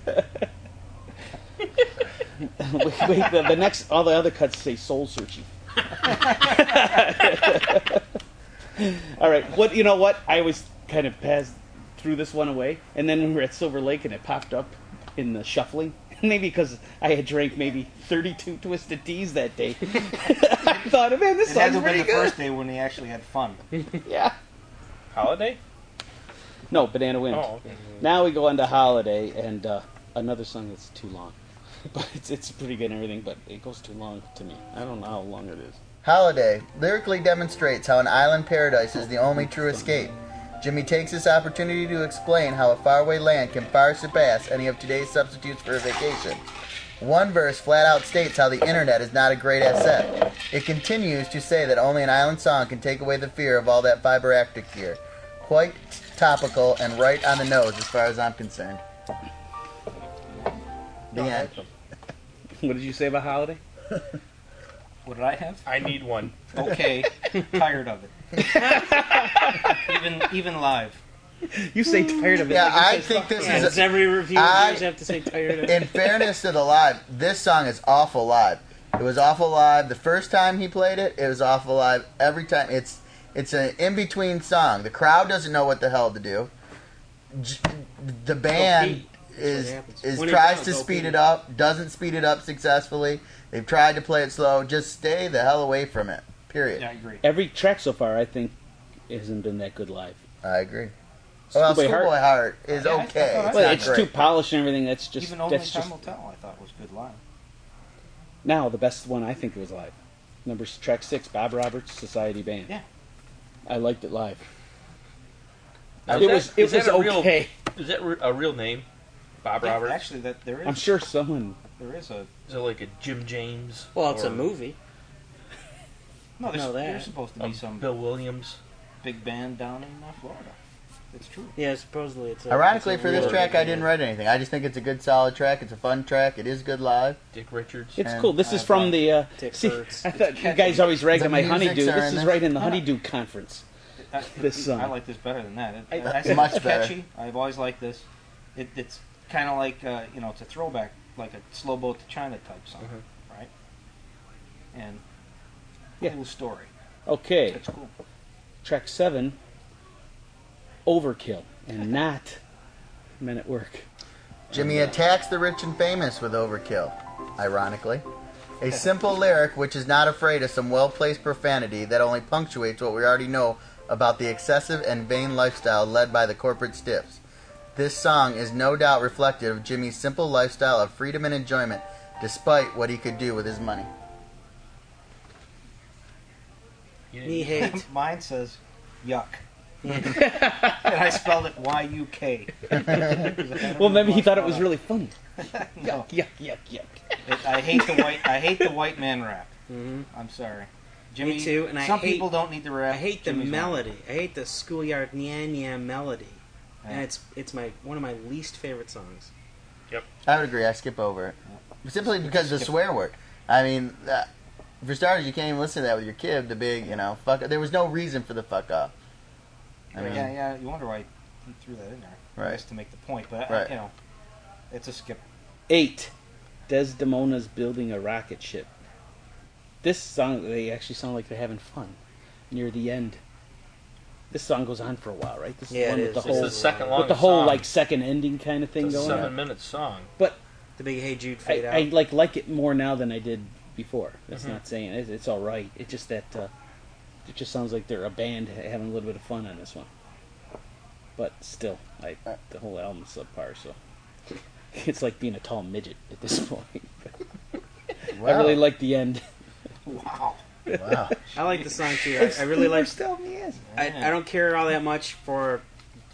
wait, wait, the, the next, all the other cuts say soul searching. *laughs* all right, what you know? What I always kind of passed through this one away, and then we were at Silver Lake, and it popped up in the shuffling. *laughs* Maybe because I had drank maybe thirty-two twisted teas that day. *laughs* I thought, man, this
It had
sounds
to be
pretty
the
good.
first day when he actually had fun.
Yeah.
Holiday?
No, Banana Wind.
Oh, okay.
Now we go on to Holiday and uh, another song that's too long. *laughs* But it's, it's pretty good and everything, but it goes too long to me. I don't know how long it is.
Holiday lyrically demonstrates how an island paradise is the only true escape. Jimmy takes this opportunity to explain how a faraway land can far surpass any of today's substitutes for a vacation. One verse flat out states how the internet is not a great asset. It continues to say that only an island song can take away the fear of all that fiber optic gear. Quite topical and right on the nose as far as I'm concerned. The end.
*laughs* What did you say about Holiday?
What did I have?
I need one.
Okay, tired of it. even even live.
You say tired of it.
Yeah,
like you
I
say
think
fuck
this
it.
is.
Does every review
I-
have to say tired of it?
In fairness to the live, this song is awful live. It was awful live the first time he played it. It was awful live every time. It's it's an in between song. The crowd doesn't know what the hell to do. J- the band is is
When it
tries
does,
to
they'll
speed
beat
it up, doesn't speed it up successfully. They've tried to play it slow. Just stay the hell away from it. Period.
I agree.
Every track so far, I think, hasn't been that good live.
I agree. Well, Schoolboy Heart is
Yeah, I- I
okay.
thought I-
It's
Well,
not
it's
great.
too polished and everything. That's just
Even only
that's
time
just
will tell. I thought was good live.
now the best one I think was live. Number s- track six, Bob Roberts, Society Band.
Yeah.
I liked it live.
Now,
it
is that-
was it
is that
was
a real-
okay.
is that re- a real name? Bob
Yeah,
Roberts?
Actually, that there is.
I'm sure someone.
There is a.
Is it like a Jim James?
Well, it's a
or
movie.
No, there's,
Know that.
there's supposed to
a
be some
Bill Williams.
big band down in uh, Florida. It's true.
Yeah, supposedly it's. A,
Ironically,
it's a
for this
real-
track, I didn't write anything. I just think it's a good, solid track. It's a fun track. It is good live.
Dick Richards.
It's
And
cool. This is from the. Uh,
Dick
see,
Kurtz.
I thought you guys always ragged
The
on my
musics
honeydew.
are
This
in
is
it.
right in the honeydew conference.
I,
This song.
I like this better than that. It,
I-
I, I think
Much
it's
better.
catchy. I've always liked this. It, it's kind of like uh, you know, it's a throwback, like a slow boat to China type song, right? And
Yeah.
cool story.
Okay.
It's cool.
track seven, Overkill, and not Men at Work.
Jimmy attacks the rich and famous with overkill, ironically. A simple lyric which is not afraid of some well placed profanity that only punctuates what we already know about the excessive and vain lifestyle led by the corporate stiffs. This song is no doubt reflective of Jimmy's simple lifestyle of freedom and enjoyment, despite what he could do with his money.
You
Me
didn't-
hate.
Mine says,
*laughs*
"Yuck." and I spelled it Y U K.
Well, maybe he thought it was really funny.
No,
Yuck, yuck, yuck.
it, I hate the white. I hate the white man rap. I'm sorry, Jimmy.
too, and I
some
hate-
people don't need the
I
rap.
hate the
Jimmy's not.
melody. I hate the schoolyard nya nya melody,
Yeah.
and it's it's my one of my least favorite songs.
I would agree. I skip over it simply because of the swear word. I mean, uh, for starters, you can't even listen to that with your kid. The big, you know, fuck. There was no reason for the fuck up. I mean,
yeah, yeah. You wonder why he threw that in there,
Right.
Just to make the point. But
Right.
you know, it's a skip.
Eight, Desdemona's building a rocket ship. This song, they actually sound like they're having fun near the end. This song goes on for a while, right? This is
Yeah,
the one
it
with the
is.
It's
whole,
the second
with
longest
the whole
song.
like second ending kind of thing
It's a
going on.
seven-minute song.
But
The big Hey Jude
I,
fade out. Mm-hmm.
I like like it more now than I did before. That's not saying it, it's all right. It's just that uh, it just sounds like they're a band ha- having a little bit of fun on this one. But still, I
Uh,
the whole album's subpar. So *laughs* it's like being a tall midget at this *laughs* point.
wow.
I really like the end.
Wow.
wow.
I like the song too. *laughs* I,
*laughs*
I really like. I, I don't care all that much for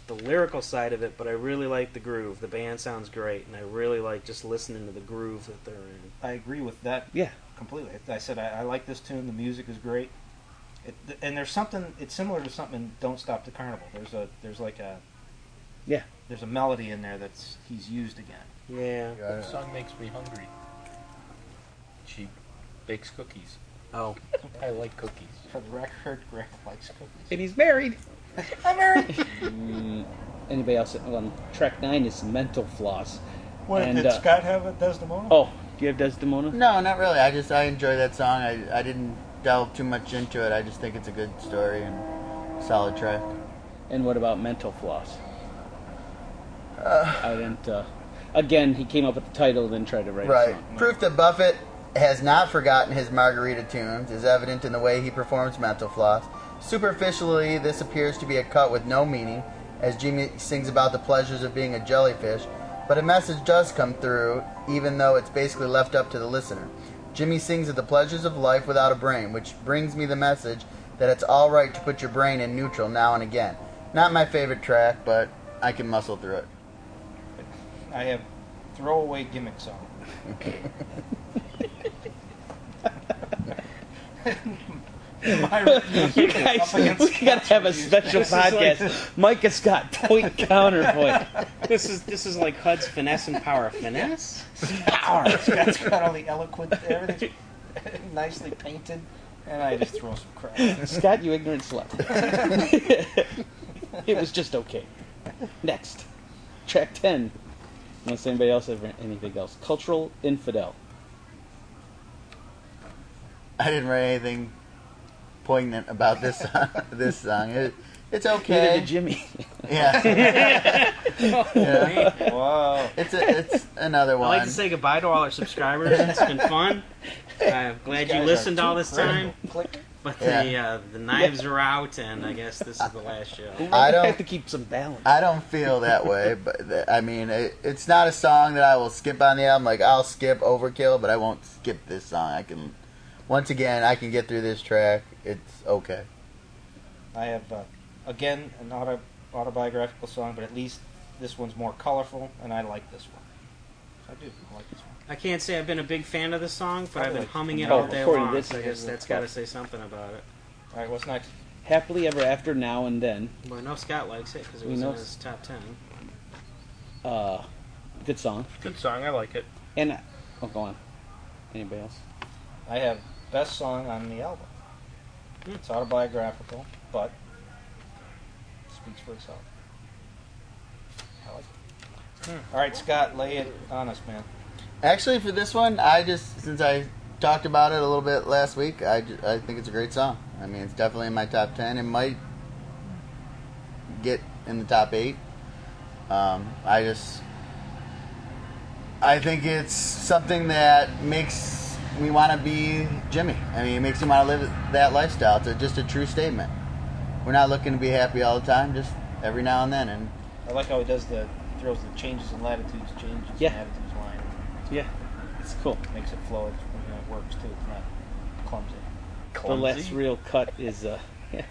the lyrical side of it, but I really like the groove. The band sounds great, and I really like just listening to the groove that they're in.
I agree with that
Yeah,
completely. I said I, I like this tune. The music is great. It, and there's something. It's similar to something. in Don't stop the carnival. There's a. There's like a.
Yeah.
There's a melody in there that's he's used again.
Yeah.
Uh,
This song makes me hungry. She bakes cookies.
Oh.
*laughs* I like cookies.
For the record, *laughs* Greg likes cookies.
and he's
*laughs*
married. I'm *laughs* married. Anybody else on track nine is Mental Floss. and, uh,
Scott have a Desdemona?
oh, do you have Desdemona?
No, not really. I just I enjoy that song. I I didn't delve too much into it. I just think it's a good story and solid track.
And what about mental floss? I didn't. Uh, again, he came up with the title, then tried to write. A
Right.
song.
Proof that Buffett has not forgotten his margarita tunes is evident in the way he performs Mental Floss. Superficially, this appears to be a cut with no meaning, as Jimmy sings about the pleasures of being a jellyfish, but a message does come through, even though it's basically left up to the listener. Jimmy sings of the pleasures of life without a brain, which brings me the message that it's alright to put your brain in neutral now and again. Not my favorite track, but I can muscle through it.
I have throwaway
*laughs*
gimmick song. *laughs* My reviews
You
are up
guys,
against
we gotta
Scott's
have a
reviews.
special
*laughs* This is like
podcast.
the-
Micah Scott,
*laughs*
point counterpoint.
This is this is like HUD's finesse and power. Finesse.
*laughs* Scott's got all the eloquent, everything's nicely painted, and I just throw some crap.
*laughs* Scott, you ignorant slut. it was just okay. Next, track ten. Unless anybody else have anything else. Cultural infidel.
*laughs* I didn't write anything poignant about this song. *laughs* this song, it, it's okay.
Neither did Jimmy. *laughs*
Yeah. *laughs* Yeah.
Wow.
It's a, it's another
I'd
one.
like to say goodbye to all our subscribers. It's been fun. I'm glad you
guys
listened
are
all
too
this
critical.
time. But the
Yeah.
uh, the knives are out, and I guess this is the last show.
I don't
to keep some balance.
I don't feel that way, but th- I mean, it, it's not a song that I will skip on the album. Like I'll skip Overkill, but I won't skip this song. I can, once again, I can get through this track. It's okay.
I have uh, again an auto, autobiographical song, but at least this one's more colorful, and I like this one. I do. I like this one.
I can't say I've been a big fan of this song, but I've been humming it
Oh,
all day
according to
long.
this,
so I
it
guess
is.
that's got to say something about it.
All right, what's next?
Happily ever after, now and then.
Well, I know Scott likes it because it
We
was in
know-
his top ten.
Uh, good song.
Good song. I like it.
And I, oh, go on. Anybody else?
I have best song on the album. It's autobiographical, but speaks for itself. I like it. All right, Scott, lay it on us, man.
Actually, for this one, I just since I talked about it a little bit last week, I, ju- I think it's a great song. I mean, it's definitely in my top ten. It might get in the top eight. Um, I just I think it's something that makes me want to be Jimmy. I mean, it makes me want to live that lifestyle. It's a, just a true statement. We're not looking to be happy all the time, just every now and then. And
I like how he does the throws the changes in latitudes, changes
Yeah.
in attitudes line.
Yeah, it's cool.
Makes it flow. It's, you know, it works too. It's not clumsy.
The last real cut is uh, *laughs*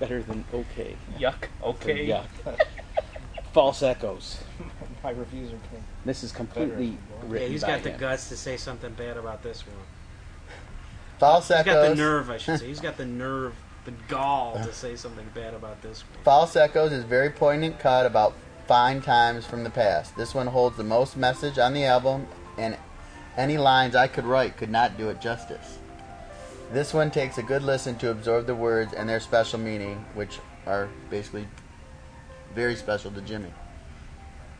better than okay.
Yuck. Okay.
Yuck. False echoes.
My reviews are clean.
This is completely
Yeah,
written
he's
by
got the
him.
guts to say something bad about this one.
false
He's got the
echoes.
nerve, I should say. He's got the nerve, the gall to say something bad about this one.
False Echoes is a very poignant cut about fine times from the past. This one holds the most message on the album, and any lines I could write could not do it justice. This one takes a good listen to absorb the words and their special meaning, which are basically very special to Jimmy.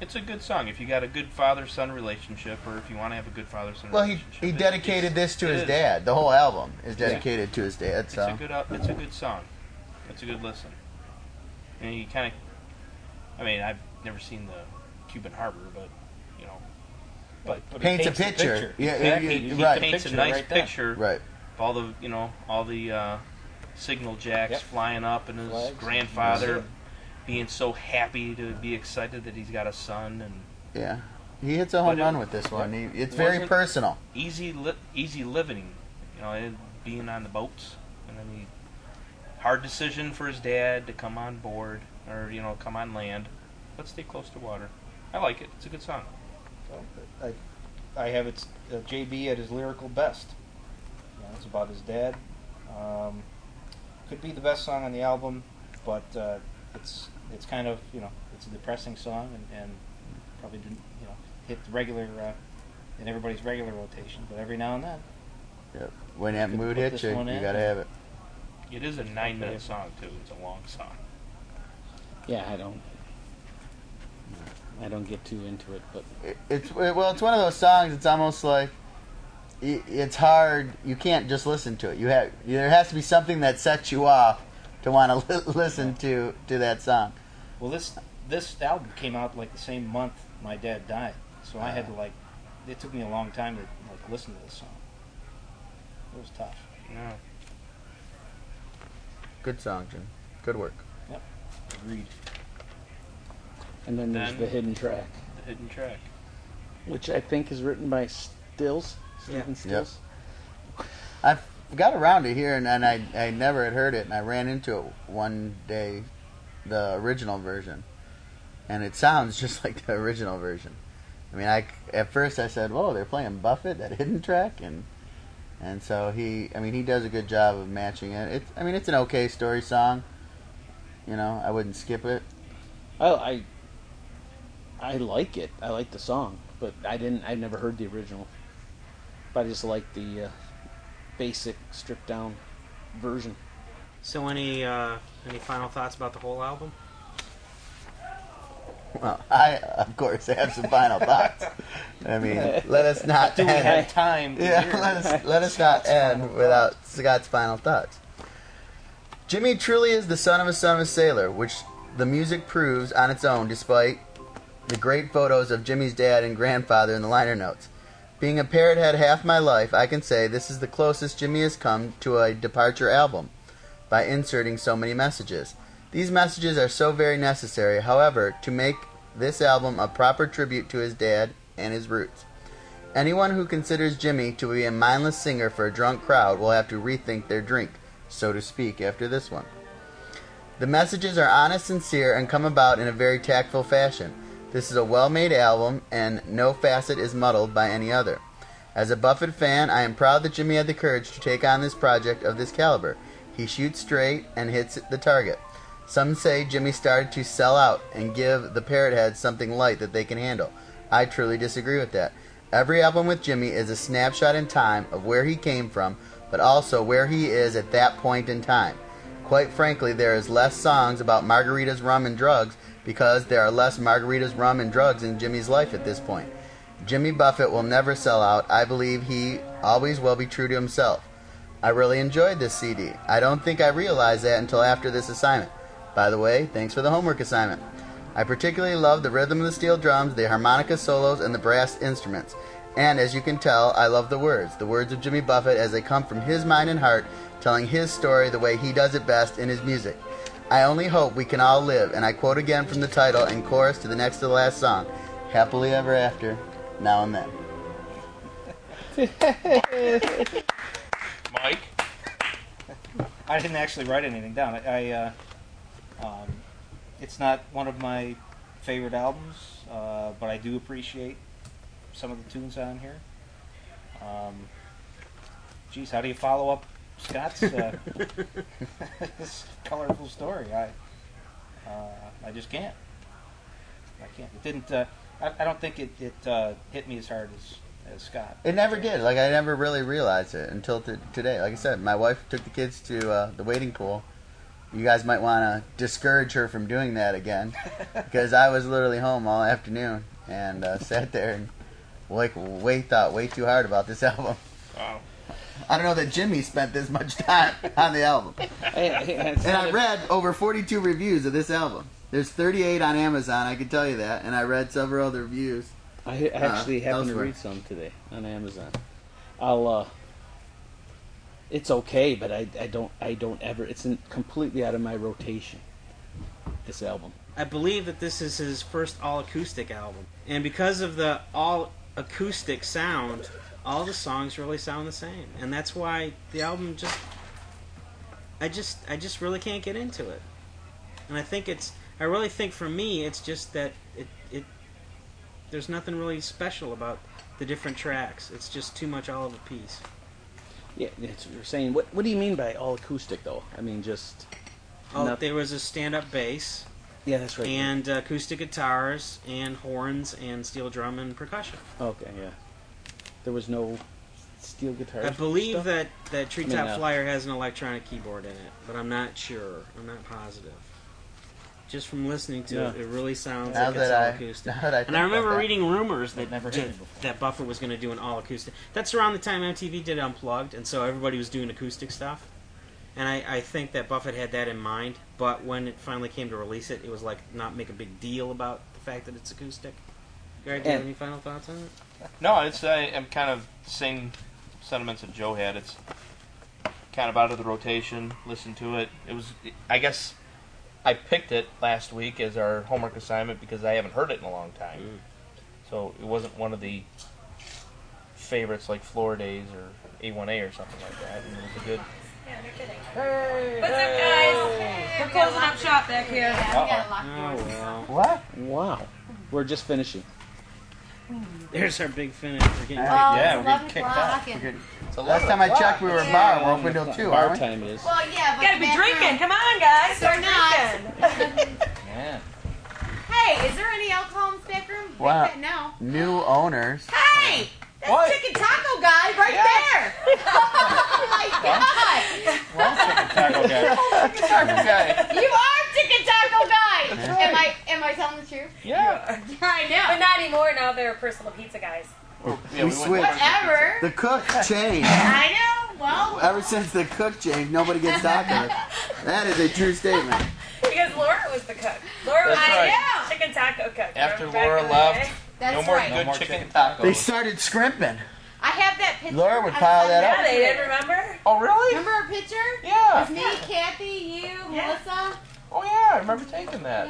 It's a good song if you got a good father-son relationship, or if you want to have a good father-son.
Well, he,
relationship.
he
It-
dedicated
it's-
this to
it
his
is.
dad. The whole album is
Yeah.
dedicated to his dad.
It's
So.
a good. uh, It's a good song. It's a good listen. And you kind of. I mean, I've never seen the Cuban Harbor, but you know. But,
but it
Paints a
the
picture. Yeah,
exactly.
it-
He
it- right.
paints a
picture
nice
right there.
picture.
Right.
Of all the you know all the uh, signal jacks
Yep.
flying up, and his
Flags.
grandfather
Yeah.
being so happy to be excited that he's got a son and.
Yeah. He hits a
But
home
it-
run with this one. He, it's very
wasn't
personal.
Easy, li- easy living, you know, and being on the boats, and then he hard decision for his dad to come on board or you know come on land. Let's stay close to water. I like it. It's a good song.
I, I have it's uh, JB at his lyrical best. You know, it's about his dad. Um, could be the best song on the album, but uh, it's it's kind of you know it's a depressing song and, and probably didn't you know hit the regular uh, in everybody's regular rotation, but every now and then.
Yep. When that
Could
mood
put
hits
this
you,
one
you
in.
gotta have it.
It is a nine-minute song too. It's a long song.
Yeah, I don't. I don't get too into it, but
it's well, it's one of those songs. It's almost like i- it's hard. You can't just listen to it. You have there has to be something that sets you off to want to *laughs* li- listen to to that song.
Well, this this album came out like the same month my dad died, so I
Ah.
had to like. It took me a long time to like listen to this song. It was tough.
Yeah.
Good song, Jim. Good work.
Yep. Agreed.
and then,
Then-
there's the hidden track,
The hidden track.
which I think is written by Stills, Stephen Stills.
I got around to hearing, and I I never had heard it, and I ran into it one day, the original version, and it sounds just *laughs* like the original version. I mean, I c- at first I said, "Whoa, they're playing Buffett that hidden track," and and so he, I mean, he does a good job of matching it. It's, I mean, it's an okay story song. You know, I wouldn't skip it.
Oh, I. I like it. I like the song, but I didn't. I never heard the original. But I just like the uh, basic, stripped down version.
So, any uh, any final thoughts about the whole album?
Well, I of course have some
*laughs*
final thoughts. I mean, let us not.
Do we
end- *laughs*
have time to
Yeah,
hear?
let us let us not end without Scott's final thoughts. Jimmy truly is the son of a son of a sailor, which the music proves on its own, despite the great photos of Jimmy's dad and grandfather in the liner notes. Being a parrot head half my life, I can say this is the closest Jimmy has come to a departure album by inserting so many messages. These messages are so very necessary, however, to make this album a proper tribute to his dad and his roots. Anyone who considers Jimmy to be a mindless singer for a drunk crowd will have to rethink their drink, so to speak, after this one. The messages are honest, sincere, and come about in a very tactful fashion. This is a well made album, and no facet is muddled by any other. As a Buffett fan, I am proud that Jimmy had the courage to take on this project of this caliber. He shoots straight and hits the target. Some say Jimmy started to sell out and give the Parrot Heads something light that they can handle. I truly disagree with that. Every album with Jimmy is a snapshot in time of where he came from, but also where he is at that point in time. Quite frankly, there is less songs about margaritas, rum, and drugs because there are less margaritas, rum, and drugs in Jimmy's life at this point. Jimmy Buffett will never sell out. I believe he always will be true to himself. I really enjoyed this CD. I don't think I realized that until after this assignment. By the way, thanks for the homework assignment. I particularly love the rhythm of the steel drums, the harmonica solos, and the brass instruments. And as you can tell, I love the words, the words of Jimmy Buffett as they come from his mind and heart, telling his story the way he does it best in his music. I only hope we can all live, and I quote again from the title and chorus to the next to the last song Happily Ever After, now and then.
Mike?
I didn't actually write anything down. I, I uh, um, it's not one of my favorite albums, uh, but I do appreciate some of the tunes on here. Um, geez, how do you follow up Scott's uh, *laughs* this colorful story? I uh, I just can't. I can't. It didn't. Uh, I, I don't think it, it uh, hit me as hard as, as Scott.
It never did. Like I never really realized it until t- today. Like I said, my wife took the kids to uh, the wading pool. You guys might want to discourage her from doing that again, because I was literally home all afternoon and uh, *laughs* sat there and like way thought way too hard about this *laughs* album.
Wow.
I don't know that Jimmy spent this much time *laughs* on the album. *laughs* and I read over 42 reviews of this album. There's 38 on Amazon, I can tell you that, and I read several other reviews.
I
Uh-huh.
actually happened to
elsewhere.
read some today on Amazon. I'll. uh It's okay, but I, I don't I don't ever. It's in, completely out of my rotation. This album.
I believe that this is his first all acoustic album. And because of the all acoustic sound, all the songs really sound the same. And that's why the album just I just I just really can't get into it. And I think it's I really think for me it's just that it it there's nothing really special about the different tracks. It's just too much all of a piece.
Yeah, that's what you're saying. What What do you mean by all acoustic though? I mean just.
Oh,
noth-
there was a stand-up bass.
Yeah, that's right.
And acoustic guitars and horns and steel drum and percussion.
Okay, yeah. There was no steel guitar.
I believe
stuff?
that that Treetop
I mean, uh,
Flyer has an electronic keyboard in it, but I'm not sure. I'm not positive. Just from listening to it,
Yeah.
it really sounds
Now
like it's
that
all
I-
acoustic.
now that *laughs* I think
and I remember
about that.
reading rumors that
never
that, that Buffer was going to do an all acoustic. That's around the time MTV did Unplugged, and so everybody was doing acoustic stuff. And I, I think that Buffett had that in mind, but when it finally came to release it, it was like not make a big deal about the fact that it's acoustic. Greg, do you have
And-
any final thoughts on it?
No, it's I, I'm kind of same sentiments that Joe had. It's kind of out of the rotation. Listen to it. It was I guess I picked it last week as our homework assignment because I haven't heard it in a long time. So it wasn't one of the favorites like Floor Days or A1A or something like that. And it was a good.
What's up, guys? We're closing up shop back here.
Oh well.
What?
Wow. We're just finishing.
There's our big finish. We're getting
Well,
Yeah,
it's Oh, we're getting 11 kicked o'clock out. and- We're getting-
Last time I checked, we were
Yeah.
bar. We're open till two.
Bar
aren't we?
time is.
Well, yeah, but
Gotta be drinking. Come on, guys. Start
*laughs* drinking.
Yeah.
hey, is there any alcohol in this back room?
Wow.
Drink that now.
New *laughs* owners.
Hey, that's chicken taco guy right there. *laughs* oh my god.
Taco guy.
You are chicken taco guy.
That's
Am I
right.
am I telling the truth?
Yeah.
*laughs*
anymore. Now they're personal pizza guys.
we switched.
Whatever.
The *laughs* cook changed.
I know. Well,
Ever since the cook changed, nobody gets
*laughs*
tacos. that is a true statement.
Because Laura was the cook. Laura was
That's
the
right.
chicken taco cook.
After
Remember back
Laura
in the
left,
day?
no more
right.
good chicken, tacos. They started scrimping.
I have that picture.
Laura would
I
pile
have
that
Yeah,
up.
they didn't remember.
Oh, really?
Remember our picture?
Yeah.
With me, Kathy, you, Melissa.
Oh yeah, I remember taking that.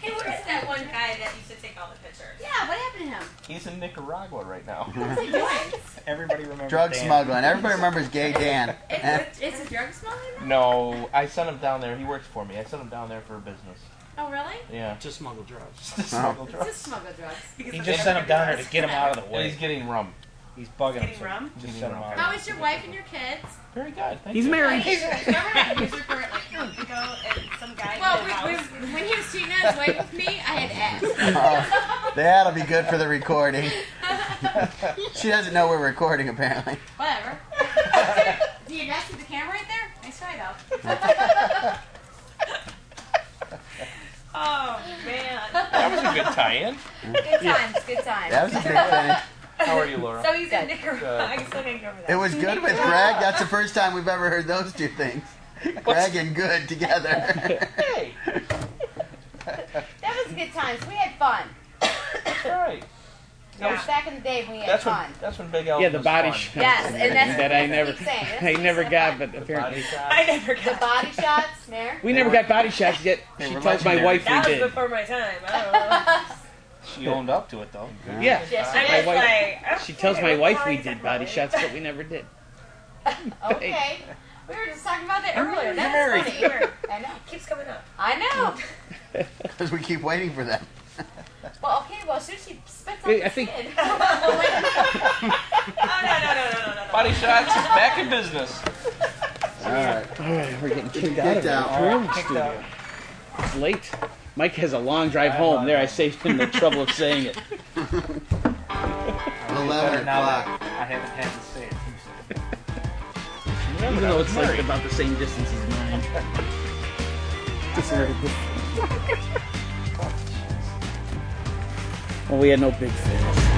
Hey, where is that one guy that used to take all the pictures?
Yeah. What happened to him?
He's in Nicaragua right
*laughs*
now.
doing?
Everybody remembers
Drug
Dan.
smuggling. Everybody remembers gay Dan. *laughs* Eh,
*laughs* It's, a, it's a drug smuggling.
No, I sent him down there. He works for me. I sent him down there for business.
Oh, really?
Yeah.
To smuggle drugs.
to smuggle
It's
drugs.
just smuggle drugs.
He just sent him down there to get him out of the
And
way.
he's
getting rum. He's bugging
Getting him. rum?
Just sent him out.
How is your wife and your kids?
Very good. Thank
He's
you.
married.
He's
*laughs*
remember that user for it, like, we go and some guy.
Well,
in the
we,
house-
we, when he was cheating on his wife with me, I had asked.
uh, that'll be good for the recording. *laughs* she doesn't know we're recording, apparently.
Whatever. Do you guys see the camera right there? Nice try,
though.
though.
Oh man.
That was a good tie-in.
Good times, good times.
That was a big finish.
How are you, Laura?
*laughs*
So he's in Nicaragua. I still can't get over that.
It was good with Greg. That's the first time we've ever heard those two things. Greg and good together. *laughs*
that was good times. We had fun.
That's right.
That was back in the day when we had
That's
fun.
when, that's when Big Al
Yeah, the
was
body
fun.
shot.
Yes, and that's-
that
that's
I
what
never,
I keep saying. That's
I
what
never
keeps
got, but
*laughs*
apparently
I never got
The body shots, Mayor.
*laughs* we never got body shots yet.
They
She
were
tells my
legendary.
wife we
That was
did.
before my time. I don't know.
*laughs*
She owned up to it though.
Yeah,
Yes,
My
she did.
wife-
Like, okay,
she tells my
we're
wife
fine
we did body shots, but we never did.
Okay. We were just talking about that
I'm
earlier.
really
That was
married.
funny. I know.
Keeps coming up.
I know.
Because we keep waiting for them.
Well, okay. Well, shoot, she spits on
Wait, I
his
think-
kid. *laughs* Well,
Body shots back in business.
All right.
All right, we're getting kicked,
Kicked
out of
out.
our room
Kicked
studio.
out.
It's late. Mike has a long drive home. There, I saved him the trouble of saying
*laughs*
it.
Eleven o'clock.
I haven't had to say it.
Even though it's like about the same distance as mine. Just a little bit. Well, we had no big fans.